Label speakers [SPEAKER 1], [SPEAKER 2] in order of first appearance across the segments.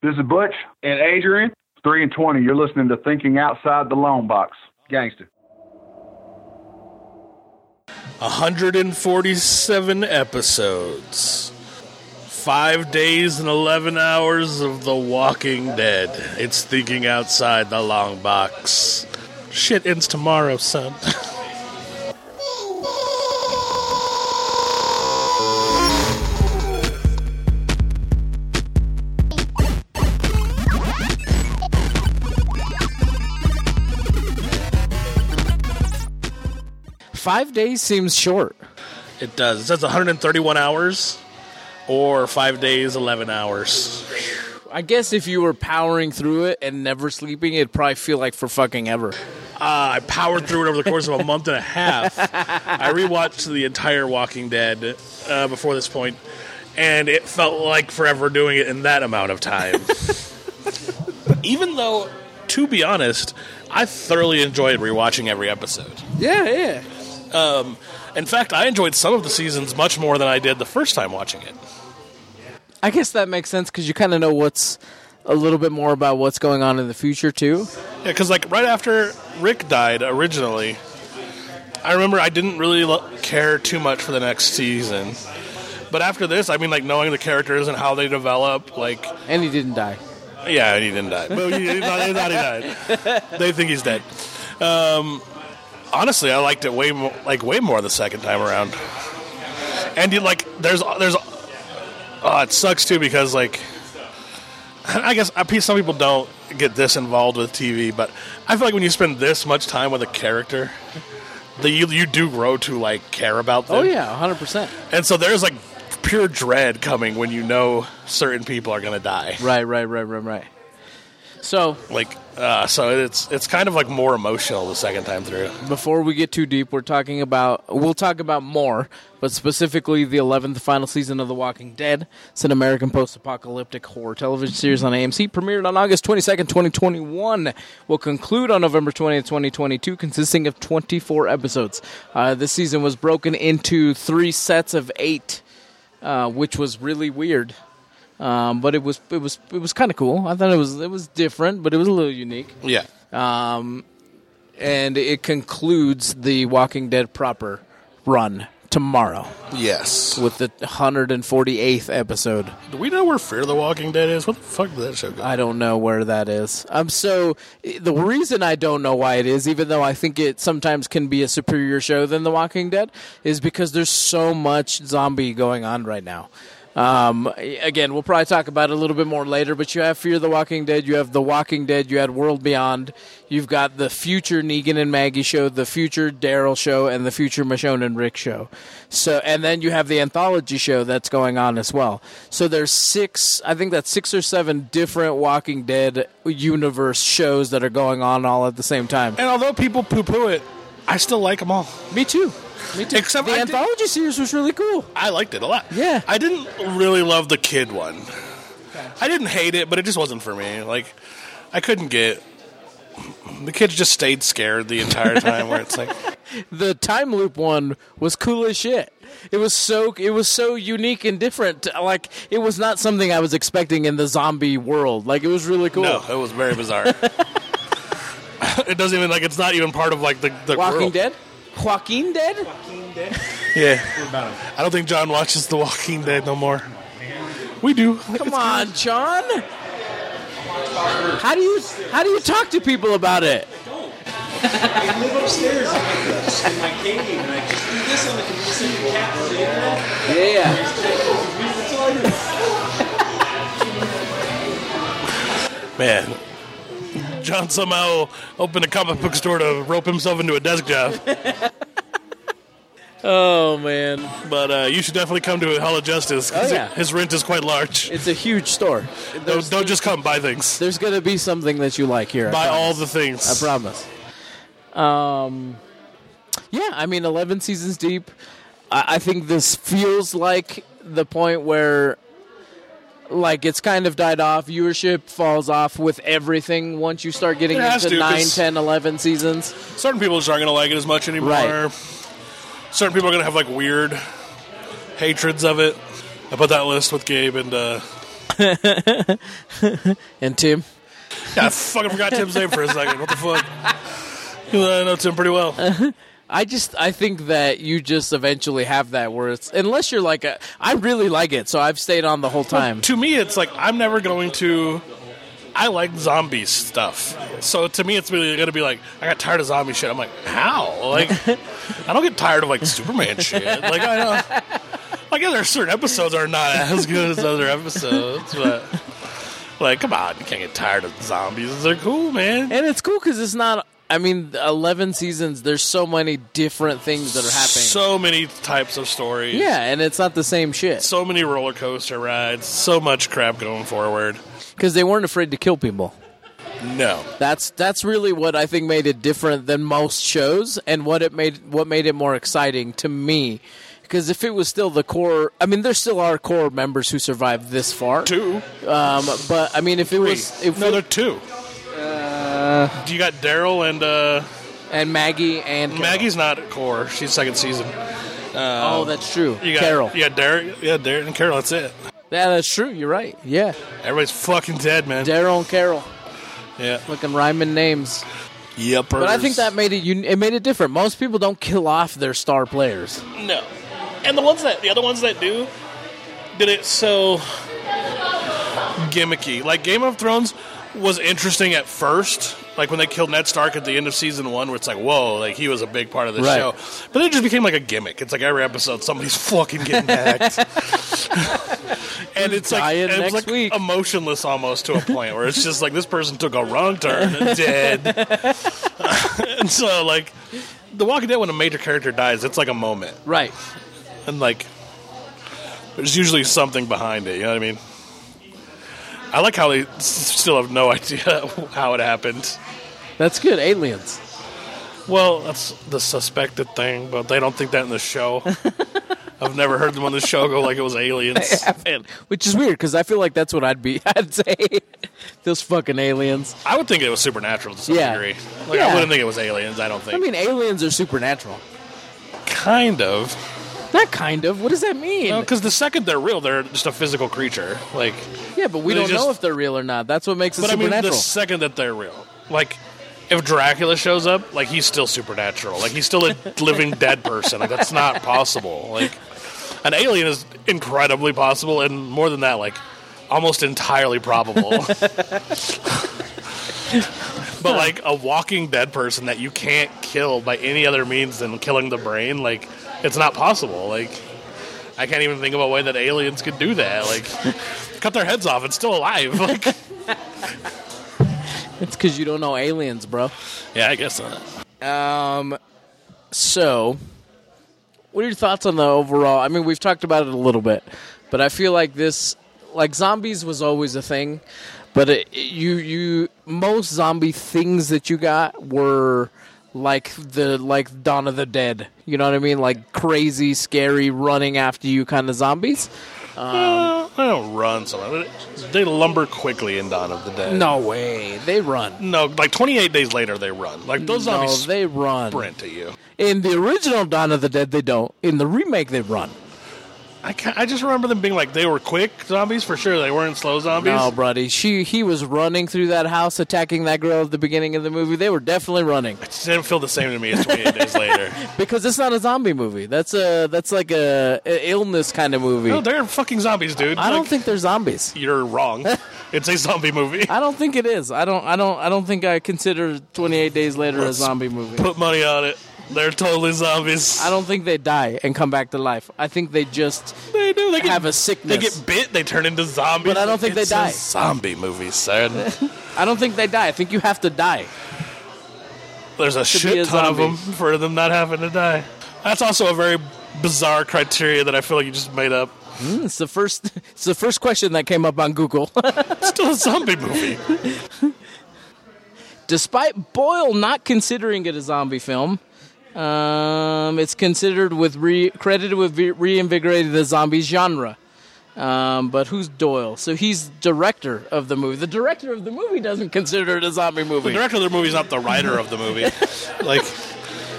[SPEAKER 1] This is Butch and Adrian, 3 and 20. You're listening to Thinking Outside the Loan Box. Gangster.
[SPEAKER 2] 147 episodes. Five days and 11 hours of The Walking Dead. It's thinking outside the long box. Shit ends tomorrow, son.
[SPEAKER 3] Five days seems short.
[SPEAKER 2] it does. It says 131 hours or five days, 11 hours.
[SPEAKER 3] I guess if you were powering through it and never sleeping, it'd probably feel like for fucking ever.
[SPEAKER 2] Uh, I powered through it over the course of a month and a half. I rewatched the entire Walking Dead uh, before this point, and it felt like forever doing it in that amount of time. Even though, to be honest, I thoroughly enjoyed rewatching every episode.
[SPEAKER 3] Yeah, yeah.
[SPEAKER 2] In fact, I enjoyed some of the seasons much more than I did the first time watching it.
[SPEAKER 3] I guess that makes sense because you kind of know what's a little bit more about what's going on in the future too.
[SPEAKER 2] Yeah, because like right after Rick died originally, I remember I didn't really lo- care too much for the next season. But after this, I mean, like knowing the characters and how they develop, like
[SPEAKER 3] And he didn't die.
[SPEAKER 2] yeah, he didn't die. But he, he thought, he thought he died. They think he's dead. Um, honestly, I liked it way more, like way more the second time around. And you like, there's there's, oh, it sucks too because like, I guess I some people don't get this involved with TV, but I feel like when you spend this much time with a character, that you you do grow to like care about them.
[SPEAKER 3] Oh yeah, hundred percent.
[SPEAKER 2] And so there's like pure dread coming when you know certain people are gonna die.
[SPEAKER 3] Right, right, right, right, right. So
[SPEAKER 2] like uh, so it's it's kind of like more emotional the second time through
[SPEAKER 3] before we get too deep, we're talking about we'll talk about more, but specifically the eleventh final season of The Walking Dead. It's an American post-apocalyptic horror television series on AMC, premiered on August twenty second, twenty twenty one. Will conclude on November twentieth, twenty twenty two, consisting of twenty four episodes. Uh, this season was broken into three sets of eight, uh, which was really weird. Um, but it was it was it was kind of cool. I thought it was it was different, but it was a little unique
[SPEAKER 2] yeah
[SPEAKER 3] and it concludes the Walking Dead proper run tomorrow
[SPEAKER 2] yes
[SPEAKER 3] with the 148th episode.
[SPEAKER 2] do we know where fear the walking dead is what the fuck did that show go
[SPEAKER 3] I don't know where that is. I'm so the reason I don't know why it is, even though I think it sometimes can be a superior show than The Walking Dead, is because there's so much zombie going on right now. Um, again, we'll probably talk about it a little bit more later, but you have Fear the Walking Dead, you have The Walking Dead, you had World Beyond, you've got the future Negan and Maggie show, the future Daryl show, and the future Michonne and Rick show. So, and then you have the anthology show that's going on as well. So there's six, I think that's six or seven different Walking Dead universe shows that are going on all at the same time.
[SPEAKER 2] and although people poo-poo it i still like them all
[SPEAKER 3] Me too. Me too.
[SPEAKER 2] Except
[SPEAKER 3] the
[SPEAKER 2] I did-
[SPEAKER 3] anthology series was really cool.
[SPEAKER 2] i liked it a lot
[SPEAKER 3] Yeah.
[SPEAKER 2] i didn't really love the kid one i didn't hate it but it just wasn't for me like i couldn't get the kids just stayed scared the entire time where it's like
[SPEAKER 3] the time loop one was cool as shit. It was so it was so unique and different. Like it was not something I was expecting in the zombie world. Like it was really cool.
[SPEAKER 2] no it was very bizarre it doesn't even like it's not even part of like the, the
[SPEAKER 3] Walking
[SPEAKER 2] world.
[SPEAKER 3] Dead, Joaquin Dead.
[SPEAKER 2] Yeah. I don't think John watches The Walking Dead no more. We do.
[SPEAKER 3] Come on, John. How do you how do you talk to people about it?
[SPEAKER 4] I live upstairs in my, in my cave, and I just do this on the computer. Cat sitting there.
[SPEAKER 3] Yeah.
[SPEAKER 4] That's all I do.
[SPEAKER 2] Man. John somehow opened a comic book store to rope himself into a desk job.
[SPEAKER 3] Oh man,
[SPEAKER 2] But uh, you should definitely come to Hell of Justice 'cause
[SPEAKER 3] Oh, yeah.
[SPEAKER 2] his rent is quite large.
[SPEAKER 3] it's a huge store.
[SPEAKER 2] Don't, don't just come, buy things.
[SPEAKER 3] There's gonna be something that you like here. I
[SPEAKER 2] Buy
[SPEAKER 3] promise.
[SPEAKER 2] all the things.
[SPEAKER 3] I promise. Um, yeah, I mean, eleven seasons deep. I, I think this feels like the point where, like, it's kind of died off. Viewership falls off with everything once you start getting
[SPEAKER 2] It has
[SPEAKER 3] into
[SPEAKER 2] to,
[SPEAKER 3] nine,
[SPEAKER 2] 'cause-
[SPEAKER 3] ten, eleven 9, 10, 11 seasons.
[SPEAKER 2] Certain people just aren't going to like it as much anymore.
[SPEAKER 3] Right.
[SPEAKER 2] Certain people are going to have like weird hatreds of it. I put that list with Gabe and uh,
[SPEAKER 3] And Tim,
[SPEAKER 2] I fucking forgot Tim's name for a second. What the fuck? 'Cause I know Tim pretty well.
[SPEAKER 3] I just I think that you just eventually have that where it's unless you're like a I really like it, so I've stayed on the whole time.
[SPEAKER 2] to me, it's like I'm never going to. I like zombie stuff, so to me, it's really gonna be like I got tired of zombie shit. I'm like, how? Like, I don't get tired of like Superman shit. Like, I know. I guess there are certain episodes that are not as good as other episodes, but like, come on, you can't get tired of zombies. They're cool, man.
[SPEAKER 3] And it's cool because it's not. I mean, eleven seasons. There's so many different things that are happening.
[SPEAKER 2] So many types of stories.
[SPEAKER 3] yeah, and it's not the same shit
[SPEAKER 2] So many roller coaster rides. So much crap going forward.
[SPEAKER 3] because they weren't afraid to kill people.
[SPEAKER 2] No.
[SPEAKER 3] That's that's really what I think made it different than most shows, and what it made what made it more exciting to me. Because if it was still the core, I mean, there still are core members who survived this far.
[SPEAKER 2] Two.
[SPEAKER 3] Um, but I mean, if it was
[SPEAKER 2] Wait,
[SPEAKER 3] if
[SPEAKER 2] no,
[SPEAKER 3] it-
[SPEAKER 2] they're two. Uh, you got Daryl and uh,
[SPEAKER 3] and Maggie and Carol.
[SPEAKER 2] Maggie's not at core. She's second season.
[SPEAKER 3] Oh, that's true.
[SPEAKER 2] You got,
[SPEAKER 3] Carol.
[SPEAKER 2] Yeah, Daryl. Yeah, Daryl and Carol. That's it.
[SPEAKER 3] Yeah, that's true. You're right. Yeah,
[SPEAKER 2] Everybody's fucking dead, man.
[SPEAKER 3] Daryl and Carol,
[SPEAKER 2] yeah.
[SPEAKER 3] looking rhyming names.
[SPEAKER 2] Yuppers.
[SPEAKER 3] But I think that made it. Un- it made it different. Most people don't kill off their star players.
[SPEAKER 2] no. And the ones that the other ones that do did it so gimmicky. Like Game of Thrones was interesting at first. Like when they killed Ned Stark at the end of season one, where it's like, whoa, like he was a big part of the
[SPEAKER 3] Right.
[SPEAKER 2] show. But it just became like a gimmick. It's like every episode somebody's fucking getting hacked. and it's like
[SPEAKER 3] Dying
[SPEAKER 2] it was
[SPEAKER 3] next
[SPEAKER 2] like
[SPEAKER 3] week.
[SPEAKER 2] emotionless almost to a point where it's just like this person took a wrong turn and dead. and so like The Walking Dead when a major character dies, it's like a moment
[SPEAKER 3] Right.
[SPEAKER 2] and like there's usually something behind it you know what i mean i like how they s- still have no idea how it happened
[SPEAKER 3] That's good. Aliens.
[SPEAKER 2] well that's the suspected thing but they don't think that in the show i've never heard them on the show go like it was aliens
[SPEAKER 3] Man, Which is weird because I feel like that's what I'd be. I'd say those fucking aliens.
[SPEAKER 2] i would think it was supernatural to some
[SPEAKER 3] Yeah.
[SPEAKER 2] degree like
[SPEAKER 3] Yeah.
[SPEAKER 2] i wouldn't think it was aliens i don't think
[SPEAKER 3] I mean, aliens are supernatural.
[SPEAKER 2] kind of
[SPEAKER 3] Not kind of. What does that mean?
[SPEAKER 2] because the second they're real they're just a physical creature like
[SPEAKER 3] yeah, but we
[SPEAKER 2] they
[SPEAKER 3] don't know
[SPEAKER 2] just-
[SPEAKER 3] if they're real or not. That's what makes it
[SPEAKER 2] But I mean,
[SPEAKER 3] supernatural.
[SPEAKER 2] the second that they're real, like if Dracula shows up, like he's still supernatural. Like he's still a living dead person. Like that's not possible. Like an alien is incredibly possible, and more than that, like almost entirely probable. but like a walking dead person that you can't kill by any other means than killing the brain, like it's not possible. Like I can't even think of a way that aliens could do that. Like cut their heads off, it's still alive. Like
[SPEAKER 3] it's because you don't know aliens, bro.
[SPEAKER 2] Yeah, I guess not.
[SPEAKER 3] So, what are your thoughts on the overall? I mean, we've talked about it a little bit, but I feel like this, like zombies, was always a thing. But it, it- you, you, most zombie things that you got were like the like Dawn of the Dead. You know what I mean? Like crazy, scary, running after you kind of zombies.
[SPEAKER 2] Uh, I don't run so much. They lumber quickly in Dawn of the Dead.
[SPEAKER 3] No way, they run.
[SPEAKER 2] No, like 28 days later, they run. Like, those
[SPEAKER 3] No,
[SPEAKER 2] zombies
[SPEAKER 3] they run.
[SPEAKER 2] sprint at you.
[SPEAKER 3] In the original Dawn of the Dead, they don't. In the remake, they run.
[SPEAKER 2] I, ca I just remember them being like, they were quick zombies for sure. They weren't slow zombies.
[SPEAKER 3] No, buddy. She he was running through that house, attacking that girl at the beginning of the movie. They were definitely running
[SPEAKER 2] It just didn't feel the same to me as 28 days later.
[SPEAKER 3] because it's not a zombie movie. That's a that's like a, a illness kind of movie.
[SPEAKER 2] No, they're fucking zombies, dude.
[SPEAKER 3] I don't
[SPEAKER 2] Like,
[SPEAKER 3] think they're zombies.
[SPEAKER 2] You're wrong. It's a zombie movie.
[SPEAKER 3] I don't think it is. I don't. I don't. I don't think I consider Twenty Eight Days Later a
[SPEAKER 2] Let's
[SPEAKER 3] zombie movie.
[SPEAKER 2] Put money on it. They're totally zombies.
[SPEAKER 3] I don't think they die and come back to life. I think they just
[SPEAKER 2] They do. They get,
[SPEAKER 3] have a
[SPEAKER 2] they
[SPEAKER 3] sickness.
[SPEAKER 2] get bit. They turn into zombies.
[SPEAKER 3] But I don't think they
[SPEAKER 2] It's a
[SPEAKER 3] die.
[SPEAKER 2] zombie movie, son.
[SPEAKER 3] I don't think they die. I think you have to die.
[SPEAKER 2] There's a
[SPEAKER 3] be
[SPEAKER 2] shit
[SPEAKER 3] a
[SPEAKER 2] ton of
[SPEAKER 3] zombie.
[SPEAKER 2] them for them not having to die. That's also a very bizarre criteria that I feel like you just made up.
[SPEAKER 3] It's the first. It's the first question that came up on Google.
[SPEAKER 2] It's still a zombie movie.
[SPEAKER 3] despite Boyle not considering it a zombie film, um, it's considered with re- credited with re- reinvigorating the zombie genre. Um, but who's Doyle? So he's director of the movie. The director of the movie doesn't consider it a zombie
[SPEAKER 2] The
[SPEAKER 3] movie.
[SPEAKER 2] director of the movie is not the writer of the movie. Like,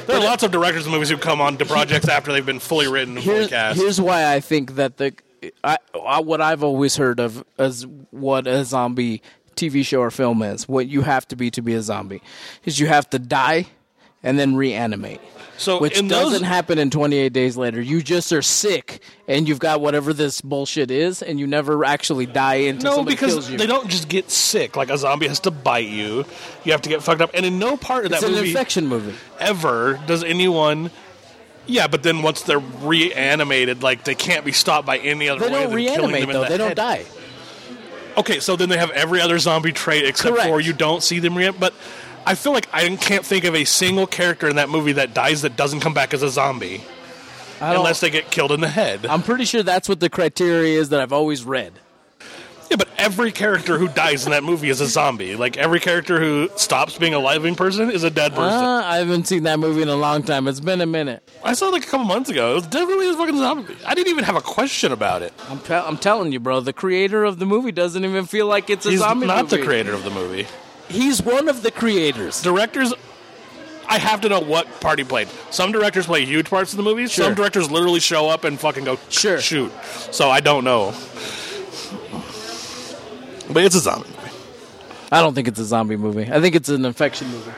[SPEAKER 2] there are lots of directors of movies who come on to projects after they've been fully written and fully
[SPEAKER 3] Here's,
[SPEAKER 2] cast.
[SPEAKER 3] here's why I think that the I, I what I've always heard of as what a zombie TV show or film is. What you have to be to be a zombie is you have to die and then reanimate.
[SPEAKER 2] So
[SPEAKER 3] which
[SPEAKER 2] in
[SPEAKER 3] doesn't
[SPEAKER 2] those-
[SPEAKER 3] happen in 28 days later. You just are sick and you've got whatever this bullshit is, and you never actually die until
[SPEAKER 2] No,
[SPEAKER 3] somebody
[SPEAKER 2] because
[SPEAKER 3] kills you.
[SPEAKER 2] they don't just get sick. Like a zombie has to bite you. You have to get fucked up. And in no part of
[SPEAKER 3] it's
[SPEAKER 2] that
[SPEAKER 3] an
[SPEAKER 2] movie
[SPEAKER 3] infection movie.
[SPEAKER 2] ever does anyone. Yeah, but then once they're reanimated, like they can't be stopped by any other
[SPEAKER 3] They
[SPEAKER 2] way than
[SPEAKER 3] don't
[SPEAKER 2] killing
[SPEAKER 3] reanimate
[SPEAKER 2] them in
[SPEAKER 3] though.
[SPEAKER 2] the
[SPEAKER 3] they don't
[SPEAKER 2] head.
[SPEAKER 3] die.
[SPEAKER 2] Okay, so then they have every other zombie trait except
[SPEAKER 3] Correct.
[SPEAKER 2] for you don't see them reanimate. But I feel like I can't think of a single character in that movie that dies that doesn't come back as a zombie
[SPEAKER 3] I don't-
[SPEAKER 2] unless they get killed in the head.
[SPEAKER 3] I'm pretty sure that's what the criteria is that I've always read.
[SPEAKER 2] Yeah, but every character who dies in that movie is a zombie. Like every character who stops being a living person is a dead person.
[SPEAKER 3] Uh, I haven't seen that movie in a long time. It's been a minute.
[SPEAKER 2] I saw it like a couple months ago. It was definitely a fucking zombie. I didn't even have a question about it.
[SPEAKER 3] I'm, tell I'm telling you, bro. The creator of the movie doesn't even feel like it's a
[SPEAKER 2] He's
[SPEAKER 3] zombie
[SPEAKER 2] not the
[SPEAKER 3] movie.
[SPEAKER 2] creator of the movie.
[SPEAKER 3] He's one of the creators.
[SPEAKER 2] Directors, I have to know what part he played. Some directors play huge parts in the movie.
[SPEAKER 3] Sure.
[SPEAKER 2] Some directors literally show up and fucking go
[SPEAKER 3] Sure.
[SPEAKER 2] shoot. So I don't know. But it's a zombie movie.
[SPEAKER 3] I don't think it's a zombie movie. I think it's an infection movie.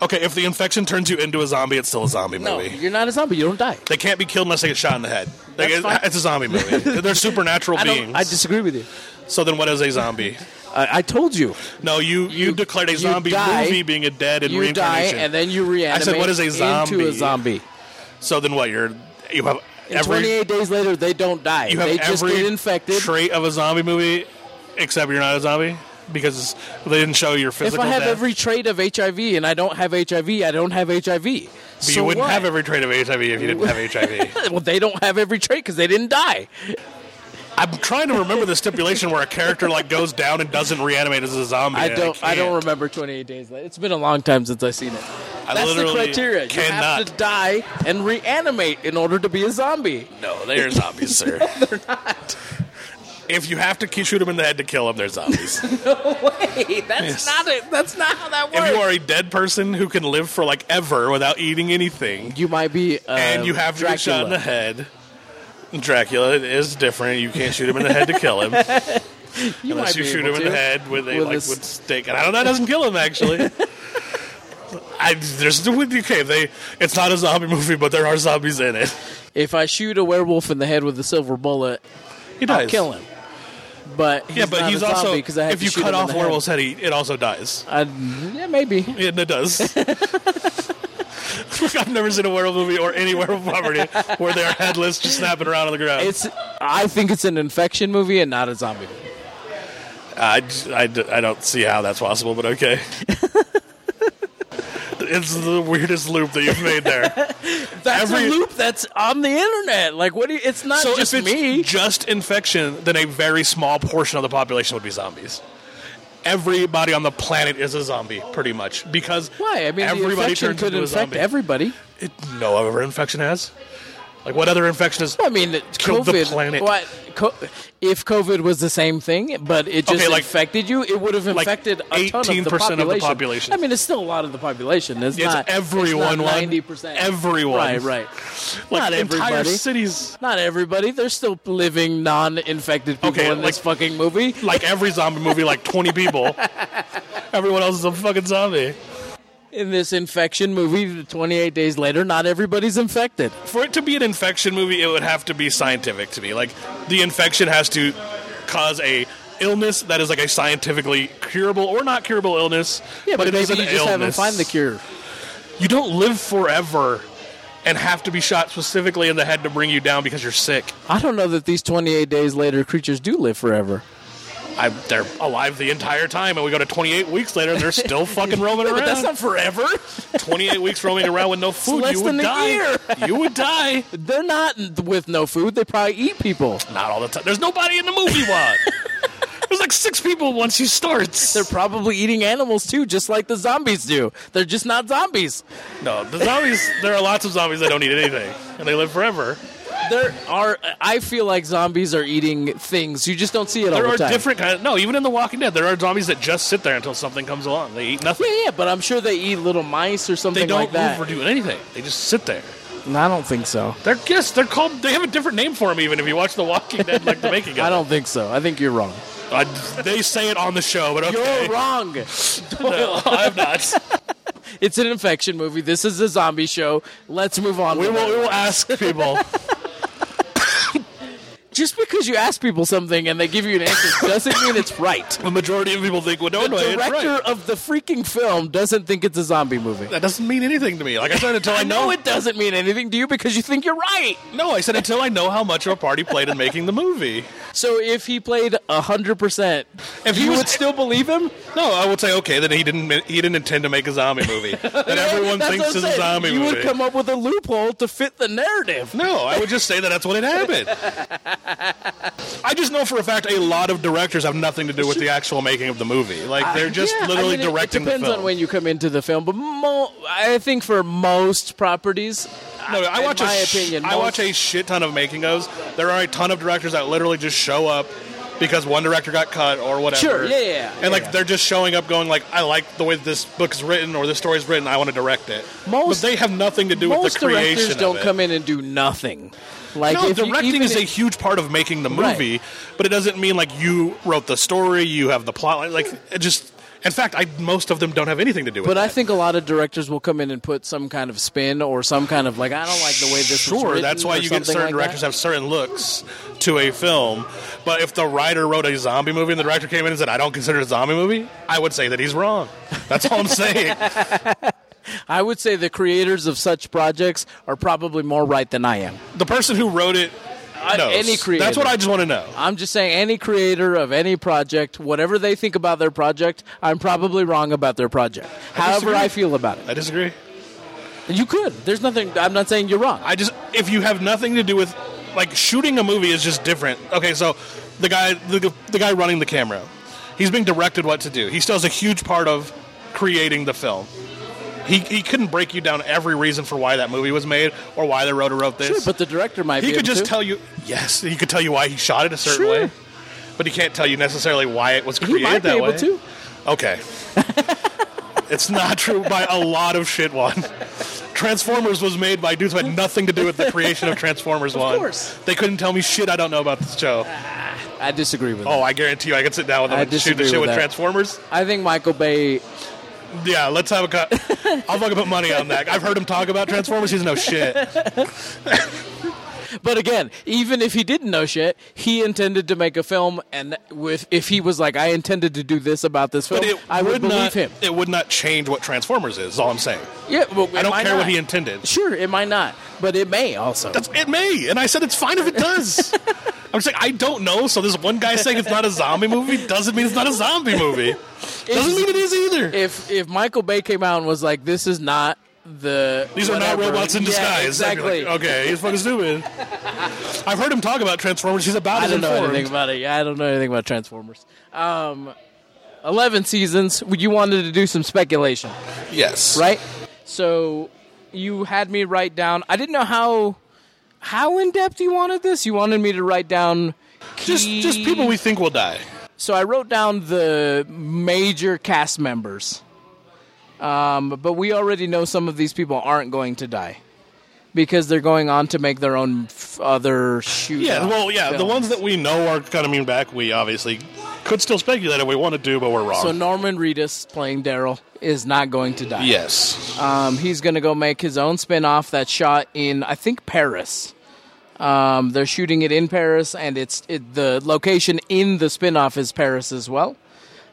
[SPEAKER 2] Okay, if the infection turns you into a zombie, it's still a zombie
[SPEAKER 3] No,
[SPEAKER 2] movie.
[SPEAKER 3] you're not a zombie. You don't die.
[SPEAKER 2] They can't be killed unless they get shot in the head. Like,
[SPEAKER 3] That's
[SPEAKER 2] it's,
[SPEAKER 3] fine.
[SPEAKER 2] it's a zombie movie. They're supernatural
[SPEAKER 3] I,
[SPEAKER 2] beings.
[SPEAKER 3] don't, I disagree with you.
[SPEAKER 2] so then, what is a zombie?
[SPEAKER 3] I, I told you.
[SPEAKER 2] No, you, you, declared a zombie
[SPEAKER 3] die,
[SPEAKER 2] movie being a dead and
[SPEAKER 3] You die
[SPEAKER 2] reincarnation.
[SPEAKER 3] and then you reanimate
[SPEAKER 2] what is a
[SPEAKER 3] into
[SPEAKER 2] zombie?
[SPEAKER 3] a zombie.
[SPEAKER 2] so then, what? You're you have
[SPEAKER 3] And
[SPEAKER 2] every
[SPEAKER 3] 28 days later, they don't die.
[SPEAKER 2] you have
[SPEAKER 3] they just
[SPEAKER 2] every
[SPEAKER 3] get infected.
[SPEAKER 2] trait of a zombie movie, except you're not a zombie because they didn't show your
[SPEAKER 3] If
[SPEAKER 2] physical.
[SPEAKER 3] I have
[SPEAKER 2] death.
[SPEAKER 3] every trait of HIV and I don't have HIV, I don't have HIV.
[SPEAKER 2] But
[SPEAKER 3] So
[SPEAKER 2] you wouldn't
[SPEAKER 3] what?
[SPEAKER 2] have every trait of HIV if you didn't have HIV.
[SPEAKER 3] Well, they don't have every trait because they didn't die.
[SPEAKER 2] I'm trying to remember the stipulation where a character like goes down and doesn't reanimate as a zombie.
[SPEAKER 3] I
[SPEAKER 2] and
[SPEAKER 3] don't. I, don't
[SPEAKER 2] can't.
[SPEAKER 3] remember 28 days later. It's been a long time since I've seen it.
[SPEAKER 2] I
[SPEAKER 3] That's the
[SPEAKER 2] literally
[SPEAKER 3] criteria. You
[SPEAKER 2] Cannot.
[SPEAKER 3] have to die and reanimate in order to be a zombie.
[SPEAKER 2] No, they're zombies, sir.
[SPEAKER 3] They're not.
[SPEAKER 2] if you have to ki- shoot them in the head to kill them, they're zombies. if
[SPEAKER 3] Wait, that's not it. That's not how that works.
[SPEAKER 2] you are a dead person who can live for like ever without eating anything,
[SPEAKER 3] You might be. Uh,
[SPEAKER 2] and you have to
[SPEAKER 3] Dracula.
[SPEAKER 2] get shot in the head. Dracula is different. You can't shoot him in the head to kill him,
[SPEAKER 3] You
[SPEAKER 2] unless
[SPEAKER 3] might
[SPEAKER 2] you
[SPEAKER 3] be
[SPEAKER 2] shoot him
[SPEAKER 3] able
[SPEAKER 2] in
[SPEAKER 3] to.
[SPEAKER 2] the head with a
[SPEAKER 3] With
[SPEAKER 2] like
[SPEAKER 3] a s-
[SPEAKER 2] with stick. And I don't know that doesn't kill him actually. I, there's okay. They it's not a zombie movie, but there are zombies in it.
[SPEAKER 3] If I shoot a werewolf in the head with a silver bullet,
[SPEAKER 2] He
[SPEAKER 3] I'll
[SPEAKER 2] dies.
[SPEAKER 3] kill him. But he's
[SPEAKER 2] Yeah, but
[SPEAKER 3] not
[SPEAKER 2] he's
[SPEAKER 3] a
[SPEAKER 2] also
[SPEAKER 3] zombie 'cause I have
[SPEAKER 2] if
[SPEAKER 3] to
[SPEAKER 2] you
[SPEAKER 3] shoot
[SPEAKER 2] cut
[SPEAKER 3] him in
[SPEAKER 2] off
[SPEAKER 3] the
[SPEAKER 2] werewolf's head, he, it also dies.
[SPEAKER 3] head. I- yeah, maybe.
[SPEAKER 2] Yeah, and it does. Look, I've never seen a werewolf movie or any werewolf property where they're headless, just snapping around on the ground.
[SPEAKER 3] It's. I think it's an infection movie and not a zombie. movie.
[SPEAKER 2] I, j- I d- I don't see how that's possible, but okay. it's the weirdest loop that you've made there.
[SPEAKER 3] That's
[SPEAKER 2] Every-
[SPEAKER 3] a loop that's on the internet. Like, what? Do you, it's not
[SPEAKER 2] so
[SPEAKER 3] just
[SPEAKER 2] if it's
[SPEAKER 3] me.
[SPEAKER 2] just infection, then a very small portion of the population would be zombies. Everybody on the planet is a zombie, pretty much, because
[SPEAKER 3] Why? I mean, the
[SPEAKER 2] everybody
[SPEAKER 3] infection
[SPEAKER 2] turns
[SPEAKER 3] could
[SPEAKER 2] into a
[SPEAKER 3] infect
[SPEAKER 2] zombie.
[SPEAKER 3] everybody.
[SPEAKER 2] It- no other infection has. Like what other infection is?
[SPEAKER 3] I mean,
[SPEAKER 2] Kill the
[SPEAKER 3] COVID.
[SPEAKER 2] planet.
[SPEAKER 3] What? Co- if COVID was the same thing, but it just
[SPEAKER 2] Okay, like-
[SPEAKER 3] infected you, it would have
[SPEAKER 2] like
[SPEAKER 3] infected a ton of the
[SPEAKER 2] 18%
[SPEAKER 3] population.
[SPEAKER 2] of the population.
[SPEAKER 3] I mean, it's still a lot of the population. It's,
[SPEAKER 2] It's
[SPEAKER 3] not
[SPEAKER 2] everyone, one.
[SPEAKER 3] Ninety percent.
[SPEAKER 2] Everyone.
[SPEAKER 3] Right. Right.
[SPEAKER 2] like
[SPEAKER 3] not
[SPEAKER 2] entire
[SPEAKER 3] everybody.
[SPEAKER 2] cities.
[SPEAKER 3] Not everybody. There's still living non-infected people
[SPEAKER 2] Okay,
[SPEAKER 3] in this
[SPEAKER 2] like-
[SPEAKER 3] fucking movie.
[SPEAKER 2] Like every zombie movie, like twenty people. Everyone else is a fucking zombie.
[SPEAKER 3] In this infection movie, 28 days later, not everybody's infected.
[SPEAKER 2] For it to be an infection movie, it would have to be scientific to me. Like the infection has to cause a illness that is like a scientifically curable or not curable illness.
[SPEAKER 3] Yeah, but,
[SPEAKER 2] it
[SPEAKER 3] maybe
[SPEAKER 2] is an
[SPEAKER 3] you just
[SPEAKER 2] illness.
[SPEAKER 3] haven't find the cure.
[SPEAKER 2] You don't live forever and have to be shot specifically in the head to bring you down because you're sick.
[SPEAKER 3] I don't know that these 28 days later creatures do live forever.
[SPEAKER 2] I, they're alive the entire time, and we go to 28 weeks later, and they're still fucking roaming around.
[SPEAKER 3] But that's not forever.
[SPEAKER 2] 28 weeks roaming around with no food.
[SPEAKER 3] less
[SPEAKER 2] you would
[SPEAKER 3] than a
[SPEAKER 2] die.
[SPEAKER 3] year.
[SPEAKER 2] You would die.
[SPEAKER 3] They're not with no food. They probably eat people.
[SPEAKER 2] Not all the time. There's nobody in the movie lot. There's like six people once he starts.
[SPEAKER 3] They're probably eating animals too, just like the zombies do. They're just not zombies.
[SPEAKER 2] no, the zombies. There are lots of zombies that don't eat anything, and they live forever.
[SPEAKER 3] There are. I feel like zombies are eating things. You just don't see it
[SPEAKER 2] There
[SPEAKER 3] all the
[SPEAKER 2] are
[SPEAKER 3] time.
[SPEAKER 2] different kind. Of, no, even in The Walking Dead, there are zombies that just sit there until something comes along. They eat nothing.
[SPEAKER 3] Yeah, yeah, but I'm sure they eat little mice or something
[SPEAKER 2] They don't
[SPEAKER 3] like that.
[SPEAKER 2] move or do anything. They just sit there.
[SPEAKER 3] I don't think so.
[SPEAKER 2] They're yes, they're called. They have a different name for them. Even if you watch The Walking Dead, like the making of.
[SPEAKER 3] I don't think so. I think you're wrong.
[SPEAKER 2] it. I- they say it on the show, but okay.
[SPEAKER 3] You're wrong.
[SPEAKER 2] No, I'm not.
[SPEAKER 3] It's an infection movie. This is a zombie show. Let's move on.
[SPEAKER 2] We
[SPEAKER 3] with
[SPEAKER 2] will.
[SPEAKER 3] it.
[SPEAKER 2] We will ask people.
[SPEAKER 3] Just because you ask people something and they give you an answer doesn't mean it's right.
[SPEAKER 2] The majority of people think, "Well, no,
[SPEAKER 3] The
[SPEAKER 2] no, it's right."
[SPEAKER 3] director of the freaking film doesn't think it's a zombie movie.
[SPEAKER 2] That doesn't mean anything to me. Like I said, until I know
[SPEAKER 3] No, it doesn't mean anything to you because you think you're right.
[SPEAKER 2] No, I said until I know how much of a part he played in making the movie.
[SPEAKER 3] So if he played 100%,
[SPEAKER 2] If
[SPEAKER 3] you
[SPEAKER 2] he was-
[SPEAKER 3] would still believe him?
[SPEAKER 2] No, I would say okay. Then he didn't. He didn't intend to make a zombie movie. That everyone
[SPEAKER 3] That's
[SPEAKER 2] thinks
[SPEAKER 3] what
[SPEAKER 2] is
[SPEAKER 3] I'm
[SPEAKER 2] a
[SPEAKER 3] saying.
[SPEAKER 2] zombie
[SPEAKER 3] you
[SPEAKER 2] movie.
[SPEAKER 3] would come up with a loophole to fit the narrative.
[SPEAKER 2] No, I would just say that that's what it happened. I just know for a fact a lot of directors have nothing to do with the actual making of the movie. Like they're just
[SPEAKER 3] Uh, Yeah, I
[SPEAKER 2] literally
[SPEAKER 3] mean, it-
[SPEAKER 2] directing
[SPEAKER 3] It depends
[SPEAKER 2] the film.
[SPEAKER 3] on when you come into the film, but mo- I think for most properties,
[SPEAKER 2] no, I
[SPEAKER 3] in
[SPEAKER 2] watch
[SPEAKER 3] my
[SPEAKER 2] a sh-
[SPEAKER 3] opinion,
[SPEAKER 2] I
[SPEAKER 3] most-
[SPEAKER 2] watch a shit ton of making ofs. There are a ton of directors that literally just show up because one director got cut or whatever.
[SPEAKER 3] Sure, yeah, yeah, yeah.
[SPEAKER 2] And like they're just showing up, going like, I like the way this book is written or this story's written. I want to direct it.
[SPEAKER 3] Most-
[SPEAKER 2] but they have nothing to do with the
[SPEAKER 3] most
[SPEAKER 2] creation.
[SPEAKER 3] directors don't
[SPEAKER 2] of it.
[SPEAKER 3] come in and do nothing. Like
[SPEAKER 2] No,
[SPEAKER 3] if you-
[SPEAKER 2] directing
[SPEAKER 3] even
[SPEAKER 2] is a
[SPEAKER 3] if-
[SPEAKER 2] huge part of making the
[SPEAKER 3] Right.
[SPEAKER 2] movie, but it doesn't mean like you wrote the story, you have the plot. Like, like it just, in fact, I most of them don't have anything to do with.
[SPEAKER 3] But I
[SPEAKER 2] that.
[SPEAKER 3] think a lot of directors will come in and put some kind of spin or some kind of like I don't like the way this was
[SPEAKER 2] sure
[SPEAKER 3] written
[SPEAKER 2] that's why
[SPEAKER 3] or
[SPEAKER 2] you get
[SPEAKER 3] something
[SPEAKER 2] certain
[SPEAKER 3] like
[SPEAKER 2] directors
[SPEAKER 3] that.
[SPEAKER 2] have certain looks to a film. But if the writer wrote a zombie movie and the director came in and said, "I don't consider it a zombie movie," I would say that he's wrong. That's all I'm saying.
[SPEAKER 3] I would say the creators of such projects are probably more right than I am.
[SPEAKER 2] the person who wrote it. Knows.
[SPEAKER 3] any
[SPEAKER 2] That's
[SPEAKER 3] creator.
[SPEAKER 2] what I just want to know.
[SPEAKER 3] I'm just saying any creator of any project, whatever they think about their project, I'm probably wrong about their project. However
[SPEAKER 2] disagree.
[SPEAKER 3] I feel about it.
[SPEAKER 2] I disagree.
[SPEAKER 3] You could. There's nothing I'm not saying you're wrong.
[SPEAKER 2] I just if you have nothing to do with like shooting a movie is just different. Okay, so the guy the, the guy running the camera, he's being directed what to do. He still has a huge part of creating the film. He, he couldn't break you down every reason for why that movie was made or why the writer wrote this.
[SPEAKER 3] Sure, but the director might
[SPEAKER 2] he
[SPEAKER 3] be
[SPEAKER 2] could
[SPEAKER 3] able
[SPEAKER 2] just
[SPEAKER 3] to.
[SPEAKER 2] tell you yes, he could tell you why he shot it a certain
[SPEAKER 3] Sure.
[SPEAKER 2] way. But he can't tell you necessarily why it was
[SPEAKER 3] he
[SPEAKER 2] created
[SPEAKER 3] might be
[SPEAKER 2] that
[SPEAKER 3] able
[SPEAKER 2] way.
[SPEAKER 3] to.
[SPEAKER 2] Okay. it's not true by a lot of shit one. Transformers was made by dudes who had nothing to do with the creation of Transformers one.
[SPEAKER 3] course.
[SPEAKER 2] They couldn't tell me shit I don't know about this show.
[SPEAKER 3] I disagree with
[SPEAKER 2] Oh,
[SPEAKER 3] that.
[SPEAKER 2] I guarantee you I could sit down with them
[SPEAKER 3] I
[SPEAKER 2] and shoot the
[SPEAKER 3] disagree
[SPEAKER 2] shit
[SPEAKER 3] with
[SPEAKER 2] with
[SPEAKER 3] that.
[SPEAKER 2] Transformers.
[SPEAKER 3] I think Michael Bay
[SPEAKER 2] Yeah, let's have a cut. I'll fucking put money on that. I've heard him talk about Transformers. He's no shit.
[SPEAKER 3] But again, even if he didn't know shit, he intended to make a film, and with if he was like, "I intended to do this about this film,"
[SPEAKER 2] But it
[SPEAKER 3] I would, believe
[SPEAKER 2] not,
[SPEAKER 3] him.
[SPEAKER 2] It would not change what Transformers is, is all I'm saying.
[SPEAKER 3] Yeah, well,
[SPEAKER 2] I
[SPEAKER 3] it
[SPEAKER 2] don't
[SPEAKER 3] might
[SPEAKER 2] care what
[SPEAKER 3] not.
[SPEAKER 2] he intended.
[SPEAKER 3] Sure, it might not, but it may also.
[SPEAKER 2] That's it may, and I said it's fine if it does. I'm just like I don't know. So this one guy saying it's not a zombie movie doesn't mean it's not a zombie movie. Doesn't mean it is either.
[SPEAKER 3] if if Michael Bay came out and was like, "This is not the
[SPEAKER 2] These are not
[SPEAKER 3] whatever,"
[SPEAKER 2] robots in
[SPEAKER 3] yeah,
[SPEAKER 2] disguise. I'd be like,
[SPEAKER 3] exactly.
[SPEAKER 2] okay, he's fucking stupid. I've heard him talk about Transformers. He's about
[SPEAKER 3] I
[SPEAKER 2] as
[SPEAKER 3] don't know
[SPEAKER 2] informed.
[SPEAKER 3] anything about it. Yeah, I don't know anything about Transformers. Um, Eleven seasons. You wanted to do some speculation.
[SPEAKER 2] yes,
[SPEAKER 3] right? So you had me write down. I didn't know how how in depth you wanted this. You wanted me to write down
[SPEAKER 2] Just
[SPEAKER 3] key-
[SPEAKER 2] just people we think will die.
[SPEAKER 3] So I wrote down the major cast members. Um, but we already know some of these people aren't going to die because they're going on to make their own f- other shoot.
[SPEAKER 2] Yeah, well, yeah, the ones that we know are coming back. We obviously could still speculate if we want to do, but we're wrong.
[SPEAKER 3] So Norman Reedus playing Daryl is not going to die.
[SPEAKER 2] yes,
[SPEAKER 3] Um, he's going to go make his own spin off that's shot in, I think, Paris. Um, they're shooting it in Paris, and it's it, the location in the spin off is Paris as well.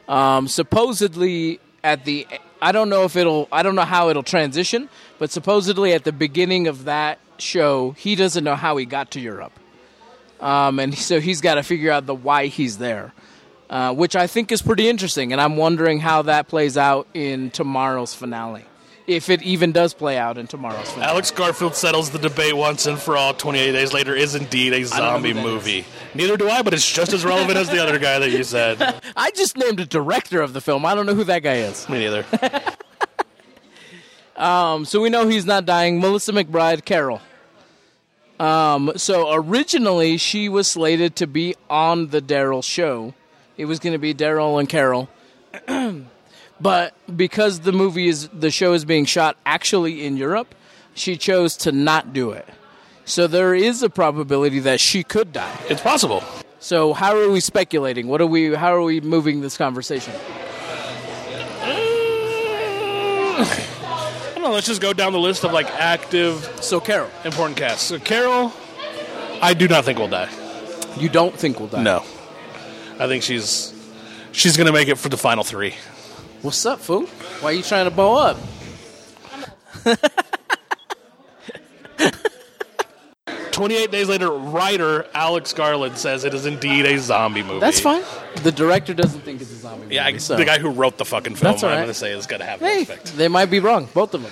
[SPEAKER 3] Um, supposedly, at the I don't know if it'll I don't know how it'll transition, but supposedly at the beginning of that show, he doesn't know how he got to Europe, um, and so he's got to figure out the why he's there. Uh, which I think is pretty interesting, and I'm wondering how that plays out in tomorrow's finale, if it even does play out in tomorrow's finale.
[SPEAKER 2] Alex Garfield settles the debate once and for all. 28 Days Later is indeed a
[SPEAKER 3] don't know
[SPEAKER 2] zombie
[SPEAKER 3] who that
[SPEAKER 2] movie. Neither do I, but it's just as relevant as the other guy that you said.
[SPEAKER 3] I just named a director of the film. I don't know who that guy is.
[SPEAKER 2] Me neither.
[SPEAKER 3] Um, so we know he's not dying. Melissa McBride, Carol. Um, so originally she was slated to be on the Daryl show. It was going to be Daryl and Carol, but because the movie is the show is being shot actually in Europe, she chose to not do it. So there is a probability that she could die.
[SPEAKER 2] It's possible.
[SPEAKER 3] So how are we speculating? What are we? How are we moving this conversation?
[SPEAKER 2] I don't know. Let's just go down the list of like active
[SPEAKER 3] So Carol,
[SPEAKER 2] important casts. So Carol, I do not think will die.
[SPEAKER 3] you don't think we'll die?
[SPEAKER 2] No, I think she's she's gonna make it for the final three.
[SPEAKER 3] What's up, fool? Why are you trying to bow up?
[SPEAKER 2] Twenty-eight days later, writer Alex Garland says it is indeed a zombie movie.
[SPEAKER 3] That's fine. The director doesn't think it's a zombie.
[SPEAKER 2] Yeah,
[SPEAKER 3] movie,
[SPEAKER 2] I,
[SPEAKER 3] so.
[SPEAKER 2] the guy who wrote the fucking film,
[SPEAKER 3] That's all
[SPEAKER 2] I'm
[SPEAKER 3] right.
[SPEAKER 2] gonna say is gonna have
[SPEAKER 3] Hey,
[SPEAKER 2] respect.
[SPEAKER 3] they might be wrong. Both of them.